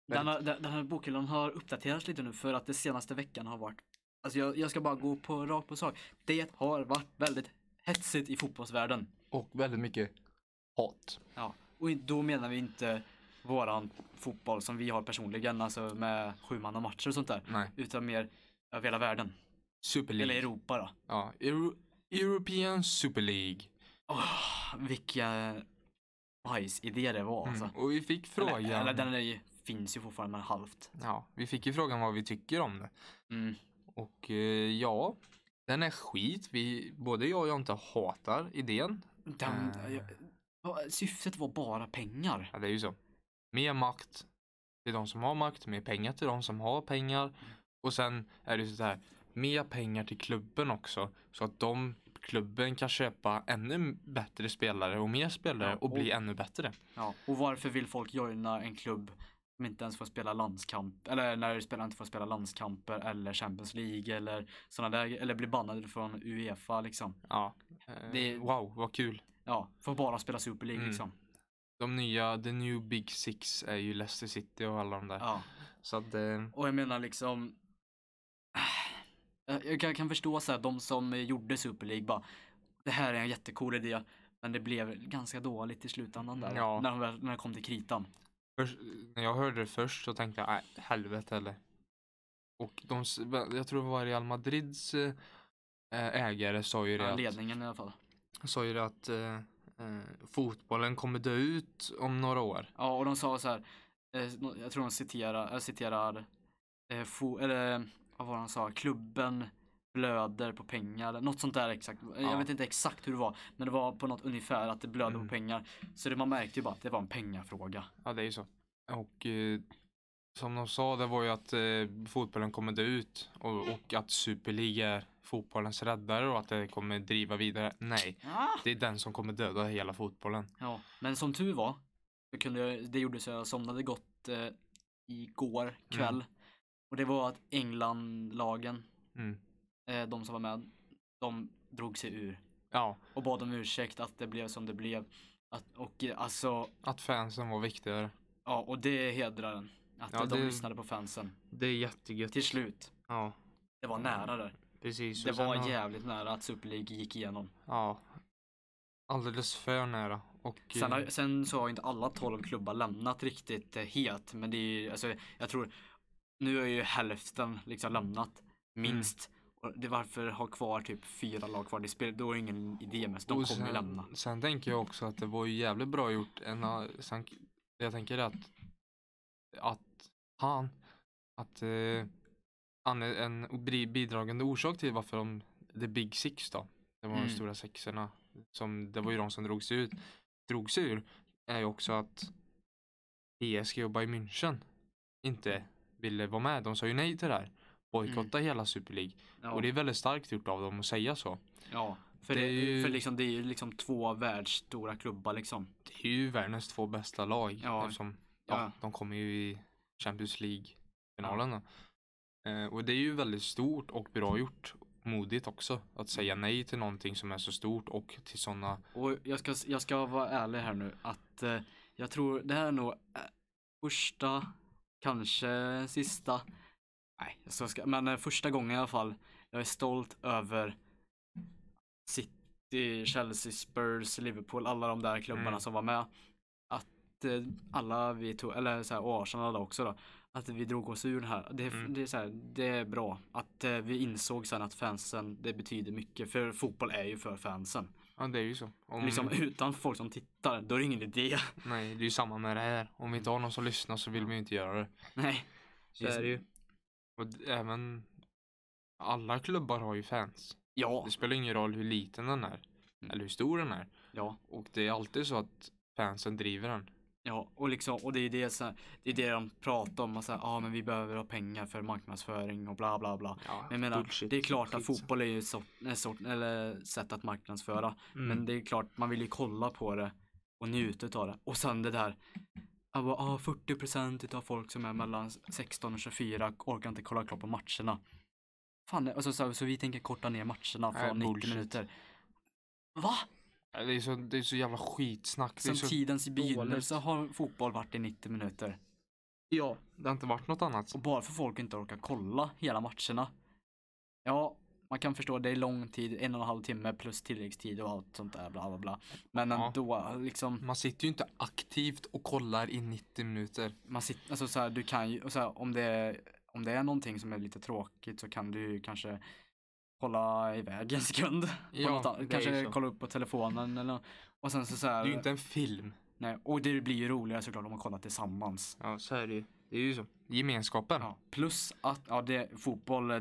Speaker 2: Den, har, den den här bokhyllan har uppdaterats lite nu för att det senaste veckan har varit Alltså jag, jag ska bara gå på rakt på sak. Det har varit väldigt hetsigt i fotbollsvärlden.
Speaker 1: och väldigt mycket hat.
Speaker 2: Ja. Och in- då menar vi inte våran fotboll som vi har personligen, alltså med sjumannamatcher och sånt där.
Speaker 1: Nej.
Speaker 2: Utan mer över hela världen.
Speaker 1: Super
Speaker 2: Eller
Speaker 1: League.
Speaker 2: Europa då.
Speaker 1: Ja, Euro- European Super League.
Speaker 2: Åh, vilka bajsidéer det var alltså.
Speaker 1: Mm. Och vi fick frågan.
Speaker 2: Eller, eller den är ju, finns ju fortfarande men halvt.
Speaker 1: Ja, vi fick ju frågan vad vi tycker om det.
Speaker 2: Mm.
Speaker 1: Och eh, ja, den är skit. Vi, både jag och Jonte hatar idén.
Speaker 2: Den,
Speaker 1: Eh.
Speaker 2: jag, vad- syftet var bara pengar.
Speaker 1: Ja, det är ju så. Mer makt till de som har makt, mer pengar till de som har pengar. Och sen är det ju så här, mer pengar till klubben också. Så att de, klubben kan köpa ännu bättre spelare och mer spelare
Speaker 2: Ja,
Speaker 1: och bli
Speaker 2: och-
Speaker 1: ännu bättre.
Speaker 2: Ja, och varför vill folk joina en klubb som inte ens får spela landskamp, eller när spelare inte får spela landskamper eller Champions League eller sådana där, eller blir bannade från Uefa liksom.
Speaker 1: Ja.
Speaker 2: Det är-
Speaker 1: Eh, wow, vad kul.
Speaker 2: Ja, får bara spela Super League
Speaker 1: Mm.
Speaker 2: liksom.
Speaker 1: De nya, the new big six är ju Leicester City och alla de där.
Speaker 2: Ja,
Speaker 1: Så att, eh,
Speaker 2: och jag menar liksom eh, jag kan, kan förstå så här, de som gjorde Super League bara Det här är en jättecool idé Men det blev ganska dåligt i slutändan där
Speaker 1: Ja.
Speaker 2: när, de, väl- när det kom till kritan
Speaker 1: Först, när jag hörde det först så tänkte jag, nej helvete eller. Och de, s- va- jag tror det var Real Madrids eh, ägare sa ju det att,
Speaker 2: Ledningen i alla fall
Speaker 1: sa ju det att eh, eh, fotbollen kommer dö ut om några år.
Speaker 2: Ja, och de sa så här. eh, nå- Jag tror de citerar, jag citerar eh, fo, eller, vad var det han sa? Klubben blöder på pengar. eller Något sånt där exakt. Eh,
Speaker 1: Ja.
Speaker 2: Jag vet inte exakt hur det var. Men det var på något ungefär att det blöder
Speaker 1: Mm.
Speaker 2: på pengar. Så det, man märkte ju bara att det var en pengafråga.
Speaker 1: Ja det är ju så. Och eh, som de sa, det var ju att eh, fotbollen kommer dö ut och, och att Superliga är fotbollens räddare och att det kommer driva vidare. Nej,
Speaker 2: Ah.
Speaker 1: det är den som kommer döda hela fotbollen.
Speaker 2: Ja, men som tur var, så kunde jag, det gjorde så jag somnade gott eh, igår kväll. Och det var att England-lagen,
Speaker 1: Mm.
Speaker 2: eh, de som var med, de drog sig ur.
Speaker 1: Ja,
Speaker 2: Och bad om ursäkt att det blev som det blev. Att, och eh, alltså,
Speaker 1: att fansen var viktigare.
Speaker 2: ja, och det hedrar den. Att
Speaker 1: Ja,
Speaker 2: de
Speaker 1: det-
Speaker 2: lyssnade på fansen.
Speaker 1: Det är jättegött.
Speaker 2: Till slut.
Speaker 1: Ja,
Speaker 2: Det var nära där.
Speaker 1: precis.
Speaker 2: Det
Speaker 1: Och sen
Speaker 2: var
Speaker 1: har-
Speaker 2: jävligt nära att Super League gick igenom.
Speaker 1: Ja. Alldeles för nära. Och,
Speaker 2: Sen,
Speaker 1: eh,
Speaker 2: har, sen så har inte alla 12 klubbar lämnat riktigt eh, het, men det är ju- alltså, jag tror, nu är ju hälften liksom lämnat,
Speaker 1: Mm.
Speaker 2: minst. Och det är varför ha kvar typ fyra lag kvar, det spelar, då är det ingen idé med, så de
Speaker 1: och
Speaker 2: kommer ju
Speaker 1: sen,
Speaker 2: lämna.
Speaker 1: Sen tänker jag också att det var ju jävligt bra gjort. En, a- sen, jag tänker att, att han, att eh, han är en bri- bidragande orsak till varför de, the big six då, det var
Speaker 2: Mm.
Speaker 1: de stora sexorna, som, det var ju de som drog sig ut, drog sig ur, är ju också att PSG och Bayern München inte ville vara med. De sa ju nej till det här. Bojkotta hela Super League.
Speaker 2: Mm. Ja,
Speaker 1: Och det är väldigt starkt gjort av dem att säga så.
Speaker 2: ja. För,
Speaker 1: det
Speaker 2: det
Speaker 1: är ju-
Speaker 2: för liksom, det är ju liksom två världsstora klubbar liksom.
Speaker 1: Det är ju världens två bästa lag.
Speaker 2: Ja.
Speaker 1: Eftersom, ja,
Speaker 2: Ja.
Speaker 1: De kommer ju i Champions League-finalen. då. Eh, och det är ju väldigt stort och bra gjort. Modigt också. Att säga nej till någonting som är så stort och till sådana.
Speaker 2: Och jag ska, jag ska vara ärlig här nu att eh, jag tror det här är nog eh, första, kanske sista, nej jag ska, ska men eh, första gången i alla fall jag är stolt över City, Chelsea, Spurs, Liverpool, alla de där klubbarna
Speaker 1: Mm.
Speaker 2: som var med. Att eh, alla vi tog, eller så här, och Arsenal då också då, att vi drog oss ur det här. Det, är-
Speaker 1: Mm.
Speaker 2: det, är, så här, det är bra att eh, vi insåg sen att fansen, det betyder mycket. För fotboll är ju för fansen.
Speaker 1: Ja det är ju så. Om,
Speaker 2: Liksom utan folk som tittar, då är det ingen idé.
Speaker 1: Nej det är ju samma med det här. Om vi inte har någon som lyssnar så vill vi ju inte göra det.
Speaker 2: Nej.
Speaker 1: Så är det ju. Och d- även alla klubbar har ju fans.
Speaker 2: Ja,
Speaker 1: Det spelar ingen roll hur liten den är.
Speaker 2: Mm.
Speaker 1: Eller hur stor den är.
Speaker 2: ja,
Speaker 1: Och det är alltid så att fansen driver den.
Speaker 2: ja. Och, liksom, och det är ju det, så här, det, är det de pratar om. Ja, ah, men vi behöver ha pengar för marknadsföring och bla bla bla.
Speaker 1: Ja,
Speaker 2: Men jag menar,
Speaker 1: bullshit.
Speaker 2: det är klart att
Speaker 1: Skitsamma.
Speaker 2: fotboll är ju ett sort, en sort, eller sätt att marknadsföra.
Speaker 1: Mm.
Speaker 2: Men det är klart, man vill ju kolla på det och njuta av det. Och sen det där, jag bara, ah, 40% utav folk som är mellan 16 och 24 orkar inte kolla klart på matcherna. Fan, alltså, så, så vi tänker korta ner matcherna
Speaker 1: Nej,
Speaker 2: från 90
Speaker 1: bullshit.
Speaker 2: minuter. Va?
Speaker 1: Ja, Det är så, det är så jävla skitsnack. Det, är
Speaker 2: Sen
Speaker 1: så,
Speaker 2: tidens begynnelse
Speaker 1: dåligt.
Speaker 2: har fotboll varit i 90 minuter.
Speaker 1: ja. det har inte varit något annat.
Speaker 2: Och bara för folk inte orkar kolla hela matcherna. Ja, man kan förstå det är lång tid, en och en halv timme plus tilläggstid och allt sånt där bla bla bla. Men
Speaker 1: Ja.
Speaker 2: ändå liksom,
Speaker 1: Man sitter ju inte aktivt och kollar i 90 minuter.
Speaker 2: man sitter, alltså så här, du kan ju, och så här, om det är, om det är någonting som är lite tråkigt så kan du ju kanske hålla iväg en sekund. På
Speaker 1: Ja,
Speaker 2: något
Speaker 1: det är
Speaker 2: annat, kanske
Speaker 1: ju så.
Speaker 2: kolla upp på telefonen eller och sen så, så
Speaker 1: Det
Speaker 2: här,
Speaker 1: är ju inte en film.
Speaker 2: nej, och det blir ju roligare såklart om man kollar tillsammans.
Speaker 1: Ja, så är det ju. Det är ju så. Gemenskapen. Ja,
Speaker 2: Ja, plus att ja, det, fotboll det,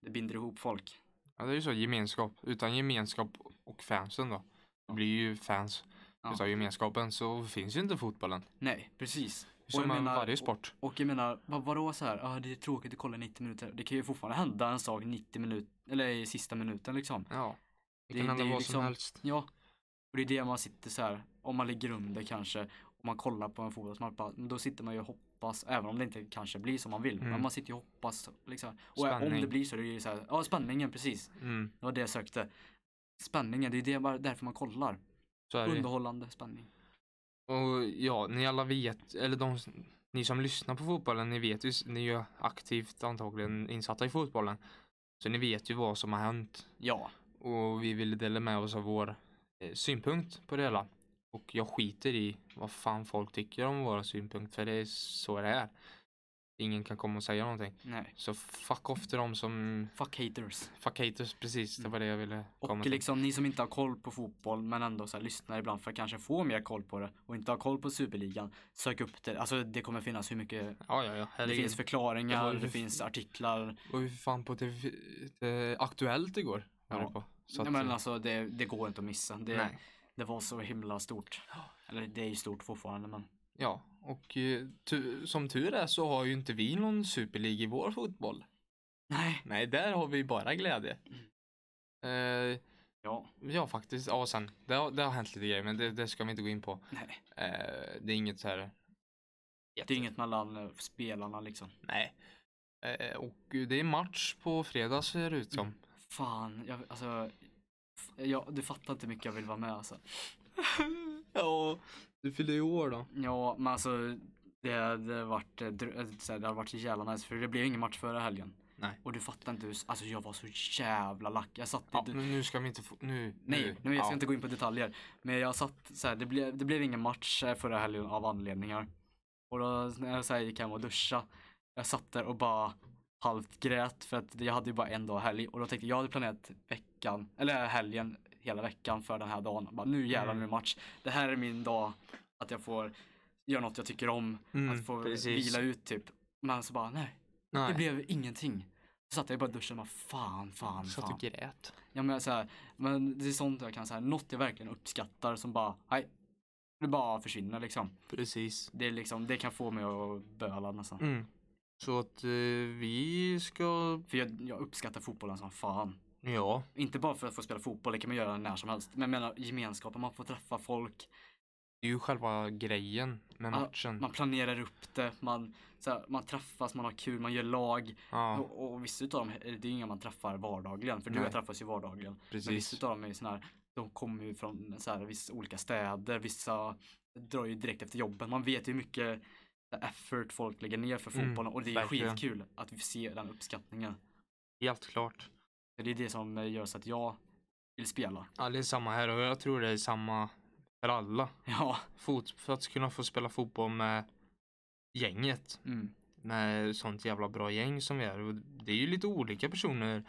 Speaker 2: det binder ihop folk.
Speaker 1: det är ju så. Gemenskap. Utan gemenskap och fansen då. Det blir ju fans.
Speaker 2: Ja.
Speaker 1: Utav gemenskapen så finns ju inte fotbollen.
Speaker 2: Nej, precis. Och
Speaker 1: Som
Speaker 2: jag
Speaker 1: med
Speaker 2: menar-
Speaker 1: varje sport.
Speaker 2: Och, och jag menar, vad, vadå så här, ah, det är tråkigt att kolla 90 minuter. Det kan ju fortfarande hända en sak 90 minuter, eller i sista minuten liksom.
Speaker 1: Ja. Det,
Speaker 2: Det-
Speaker 1: kan
Speaker 2: det
Speaker 1: hända
Speaker 2: är ju
Speaker 1: vad som
Speaker 2: liksom-
Speaker 1: helst.
Speaker 2: Ja, och det är det man sitter så här, om man ligger under kanske, och man kollar på en fotbollsmatch, bara, då sitter man ju och hoppas, även om det inte kanske blir som man vill.
Speaker 1: Mm.
Speaker 2: Men man sitter ju och hoppas liksom. Och om det
Speaker 1: Spänning.
Speaker 2: blir så, det är ju så här, ja spänningen precis.
Speaker 1: Mm,
Speaker 2: Det var det jag sökte. Spänningen, det är det, bara därför man kollar.
Speaker 1: så är det ju.
Speaker 2: Underhållande spänning.
Speaker 1: Och ja, ni alla vet, eller de, ni som lyssnar på fotbollen, ni vet ju, ni är ju aktivt antagligen insatta i fotbollen. Så ni vet ju vad som har hänt.
Speaker 2: Ja.
Speaker 1: Och vi ville dela med oss av vår eh, synpunkt på det hela. Och jag skiter i vad fan folk tycker om våra synpunkt, för det är så det är. Ingen kan komma och säga någonting.
Speaker 2: Nej.
Speaker 1: Så fuck off till dem som,
Speaker 2: Fuck haters.
Speaker 1: fuck haters, precis, det var det jag ville komma
Speaker 2: Och
Speaker 1: till.
Speaker 2: liksom ni som inte har koll på fotboll men ändå så här, lyssnar ibland för att kanske få mer koll på det och inte har koll på superligan. Sök upp det. Alltså det kommer finnas hur mycket.
Speaker 1: Ja, ja, ja.
Speaker 2: Det
Speaker 1: herregud.
Speaker 2: finns förklaringar,
Speaker 1: var ju
Speaker 2: det
Speaker 1: för-
Speaker 2: finns artiklar.
Speaker 1: Och vi fan på TV, eh, Aktuellt igår. var
Speaker 2: Ja.
Speaker 1: det på. Så
Speaker 2: Nej,
Speaker 1: att,
Speaker 2: men
Speaker 1: eh,
Speaker 2: alltså det, det går inte att missa. Det,
Speaker 1: nej.
Speaker 2: det var så himla stort. Eller det är ju stort fortfarande men.
Speaker 1: Ja, och eh, tu, som tur är så har ju inte vi någon superliga i vår fotboll.
Speaker 2: Nej.
Speaker 1: Nej, där har vi bara glädje. Eh,
Speaker 2: Ja.
Speaker 1: ja, faktiskt. Ja, sen. Det har, det har hänt lite grejer, men det, det ska vi inte gå in på.
Speaker 2: Nej.
Speaker 1: Eh, det är inget så här...
Speaker 2: Det är inget mellan eh, spelarna liksom.
Speaker 1: Nej. Eh, och det är match på fredag ser det ut som.
Speaker 2: Fan, jag, alltså. f- Jag, du fattar inte hur mycket jag vill vara med alltså.
Speaker 1: Mm. ja, du fyller ju år då.
Speaker 2: Ja, men alltså. Det hade varit, eh, drö- eh, så här, det hade varit så jävla nice för det blev ingen match förra helgen.
Speaker 1: Nej.
Speaker 2: Och du fattar inte hur, s- alltså jag var så jävla lack. Jag satt i,
Speaker 1: Ja,
Speaker 2: du-
Speaker 1: men nu ska vi inte få... Nu.
Speaker 2: Nej, nej
Speaker 1: nu.
Speaker 2: jag
Speaker 1: Mm. Ja.
Speaker 2: ska inte gå in på detaljer. Men jag satt så här, det, blev, det blev ingen match eh, förra helgen av anledningar. Och då när jag så här, gick hem och duscha, jag satt där och bara halvt grät för att jag hade ju bara en dag helg. Och då tänkte jag, jag hade planerat veckan, eller helgen, hela veckan för den här dagen. Bara, nu jävlar
Speaker 1: Mm.
Speaker 2: nu är det match. Det här är min dag, att jag får göra något jag tycker om.
Speaker 1: Mm,
Speaker 2: att få
Speaker 1: precis.
Speaker 2: vila ut typ. Men så bara, nej,
Speaker 1: Nej.
Speaker 2: det blev ingenting. Så satt jag bara i duschen och bara, fan, fan,
Speaker 1: Så
Speaker 2: fan.
Speaker 1: att du grät.
Speaker 2: Ja men så här, men det är sånt jag kan säga, något jag verkligen uppskattar som bara, nej, det bara försvinner liksom.
Speaker 1: Precis.
Speaker 2: Det, är liksom, det kan få mig att böla nästan.
Speaker 1: Mm. Så att eh, vi ska...
Speaker 2: För jag, jag uppskattar fotbollen som fan.
Speaker 1: Ja.
Speaker 2: Inte bara för att få spela fotboll, det kan man göra när som helst. Men jag menar gemenskapen, man får träffa folk,
Speaker 1: Det är ju själva grejen med
Speaker 2: Ja,
Speaker 1: matchen.
Speaker 2: man planerar upp det, man, så här, man träffas, man har kul, man gör lag.
Speaker 1: Ja,
Speaker 2: Och, och vissa utav dem, det är ju inga man träffar vardagligen, för du och
Speaker 1: Nej.
Speaker 2: jag träffas ju vardagligen. Men
Speaker 1: precis.
Speaker 2: vissa utav dem är ju såna här, de kommer ju från så här, vissa olika städer, vissa drar ju direkt efter jobben. Man vet ju hur mycket effort folk lägger ner för
Speaker 1: Mm,
Speaker 2: fotbollen och det är ju
Speaker 1: verkligen.
Speaker 2: skitkul att vi ser den uppskattningen.
Speaker 1: Helt klart.
Speaker 2: För Det är det som gör så att jag vill spela.
Speaker 1: Ja, det är samma här och jag tror det är samma för alla.
Speaker 2: Ja,
Speaker 1: Fot, för att kunna få spela fotboll med gänget,
Speaker 2: mm.
Speaker 1: med sånt jävla bra gäng som vi är. Och det är ju lite olika personer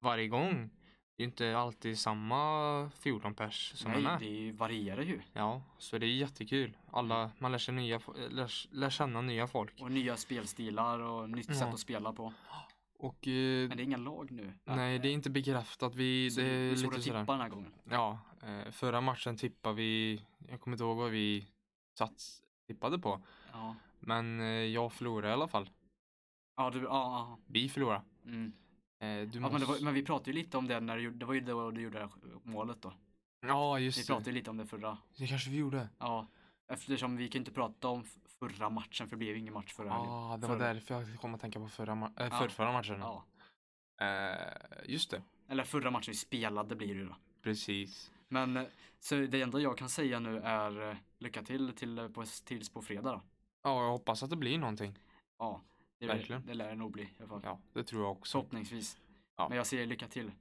Speaker 1: varje gång. Det är ju inte alltid samma 14 pers som är
Speaker 2: nej,
Speaker 1: med.
Speaker 2: det är ju- varierar ju.
Speaker 1: Ja, så det är jättekul. Alla, man lär, sig nya, fo- eh, lär, lär känna nya folk.
Speaker 2: Och nya spelstilar och nytt
Speaker 1: Ja.
Speaker 2: sätt att spela på.
Speaker 1: Och eh,
Speaker 2: Men det är eh, inga lag nu.
Speaker 1: nej, det är inte bekräftat. Vi,
Speaker 2: Så
Speaker 1: det är
Speaker 2: vi står
Speaker 1: lite
Speaker 2: och tippar
Speaker 1: sådär.
Speaker 2: den här gången.
Speaker 1: Ja, eh, förra matchen tippade vi, jag kommer inte ihåg vad vi sats, tippade på.
Speaker 2: Ja,
Speaker 1: Men eh, jag förlorade i alla fall.
Speaker 2: ja, du, ja, ja.
Speaker 1: Vi förlorade.
Speaker 2: Mm.
Speaker 1: Eh, du
Speaker 2: Ja, men, det
Speaker 1: måste-
Speaker 2: var, men vi pratade ju lite om det när du, gjorde- det var ju då du gjorde det här målet då.
Speaker 1: ja
Speaker 2: Vi
Speaker 1: just
Speaker 2: pratade
Speaker 1: det.
Speaker 2: ju lite om det förra.
Speaker 1: Det kanske vi gjorde.
Speaker 2: Ja, eftersom vi kan ju inte prata om f- förra matchen för det blev ju ingen match förra helgen.
Speaker 1: Ja, Ah, det var
Speaker 2: Förra.
Speaker 1: därför jag kom att tänka på förra, ma- äh,
Speaker 2: Ja.
Speaker 1: förrförra matchen.
Speaker 2: Ja.
Speaker 1: Eh, just det.
Speaker 2: Eller förra matchen vi spelade blir det ju då.
Speaker 1: Precis.
Speaker 2: Men eh, så det enda jag kan säga nu är eh, lycka till, till eh, på, tills på fredag då.
Speaker 1: Ja, jag hoppas att det blir någonting.
Speaker 2: Ja, det,
Speaker 1: Verkligen.
Speaker 2: det lär det nog bli i alla fall.
Speaker 1: Ja, det tror jag också.
Speaker 2: Förhoppningsvis.
Speaker 1: Ja.
Speaker 2: Men jag säger lycka till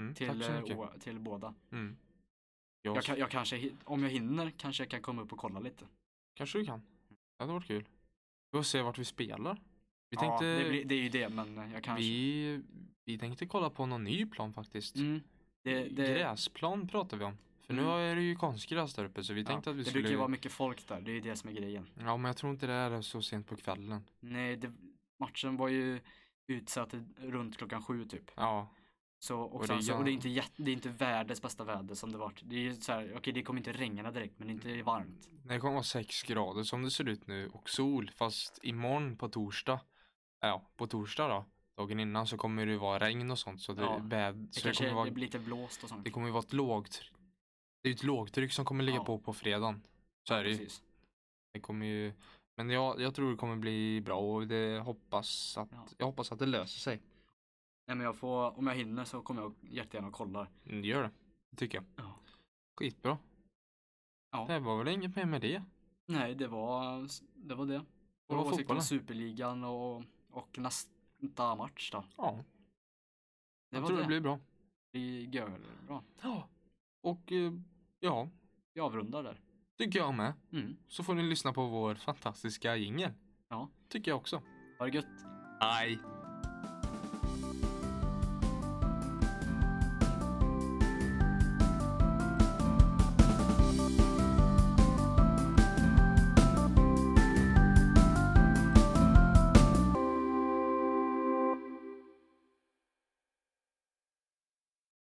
Speaker 1: Mm,
Speaker 2: till,
Speaker 1: tack så
Speaker 2: eh,
Speaker 1: mycket.
Speaker 2: å- till båda.
Speaker 1: Mm. Jag,
Speaker 2: Jag, kan, jag kanske, hi- om jag hinner kanske jag kan komma upp och kolla lite.
Speaker 1: Kanske du kan. Det hade varit kul. Vi får se vart vi spelar. Vi
Speaker 2: ja,
Speaker 1: tänkte,
Speaker 2: det, blir, det är ju det, men eh, jag kanske.
Speaker 1: vi, vi tänkte kolla på någon ny plan faktiskt.
Speaker 2: Mm, det, det,
Speaker 1: Gräsplan pratar vi om. För
Speaker 2: Mm.
Speaker 1: nu är det ju konstgräs där uppe så vi
Speaker 2: Ja,
Speaker 1: tänkte att vi
Speaker 2: det
Speaker 1: skulle...
Speaker 2: brukar ju vara mycket folk där, det är ju det som är grejen.
Speaker 1: Ja men jag tror inte det är så sent på kvällen.
Speaker 2: Nej, det, matchen var ju utsatt till runt klockan sju typ.
Speaker 1: Ja,
Speaker 2: Så, och,
Speaker 1: Och
Speaker 2: sen,
Speaker 1: det-
Speaker 2: så, och det, är inte jätte, det är inte världens bästa väder som det varit. Det är ju så här, okej det kommer inte regna direkt men det är
Speaker 1: Mm.
Speaker 2: inte varmt.
Speaker 1: det kommer vara 6 grader som det ser ut nu och sol fast imorgon på torsdag. Ja, på torsdag då. Dagen innan så kommer det vara regn och sånt så det,
Speaker 2: Ja,
Speaker 1: väd,
Speaker 2: Det
Speaker 1: så det
Speaker 2: kanske
Speaker 1: kommer vara,
Speaker 2: det blir lite blåst och sånt.
Speaker 1: det kommer ju vara ett lågt Det är ju ett lågtryck som kommer ligga
Speaker 2: Ja.
Speaker 1: på på fredagen. Så är det ju.
Speaker 2: Precis.
Speaker 1: Det kommer ju men jag, jag tror det kommer bli bra och det hoppas att,
Speaker 2: Ja.
Speaker 1: jag hoppas att det löser sig.
Speaker 2: Nej men jag får, om jag hinner så kommer jag jättegärna och kollar.
Speaker 1: Mm, Gör det, det tycker jag.
Speaker 2: Ja.
Speaker 1: Skitbra.
Speaker 2: Ja.
Speaker 1: Det var väl inget mer med det.
Speaker 2: Nej det var det. Var det. Vår
Speaker 1: var
Speaker 2: åsikt om
Speaker 1: fotbollen.
Speaker 2: superligan och, och nästa match då.
Speaker 1: Ja.
Speaker 2: Det
Speaker 1: jag
Speaker 2: var
Speaker 1: tror
Speaker 2: det.
Speaker 1: det blir bra.
Speaker 2: Vi gör bra.
Speaker 1: Ja. Och eh, ja,
Speaker 2: Vi avrundar där.
Speaker 1: tycker jag med.
Speaker 2: Mm.
Speaker 1: Så får ni lyssna på vår fantastiska jingel.
Speaker 2: Ja.
Speaker 1: Tycker jag också.
Speaker 2: Ha det gött.
Speaker 1: Aj.